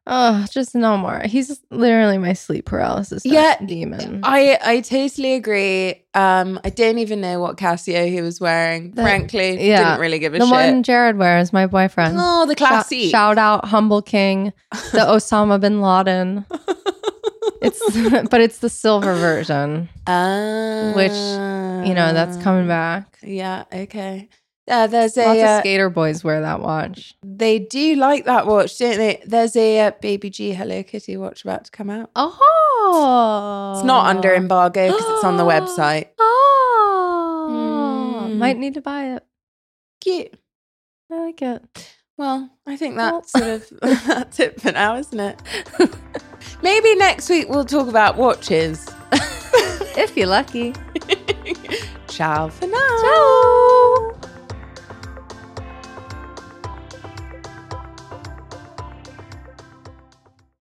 oh, just no more. He's literally my sleep paralysis
Yeah, oh,
demon.
I I totally agree. Um, I don't even know what Casio he was wearing.
The-
Frankly,
yeah.
didn't really give a
the
shit.
one Jared wears, my boyfriend.
oh, the classy.
Shout, shout out Humble King, the Osama bin Laden. It's but it's the silver version. You know, that's coming back.
Ah. Yeah. Okay. Uh, there's a
Lots
Um, uh,
of skater boys wear that watch.
they do like that watch, don't they? There's a uh, Baby G Hello Kitty watch about to come out.
Oh.
It's not under embargo because it's on the website.
Oh.
Mm.
Might need to buy it.
Cute.
I like it.
Well, I think
Well-
that's sort of that's it for now, isn't it? Maybe next week we'll talk about watches.
If you're lucky.
Ciao for now.
Ciao.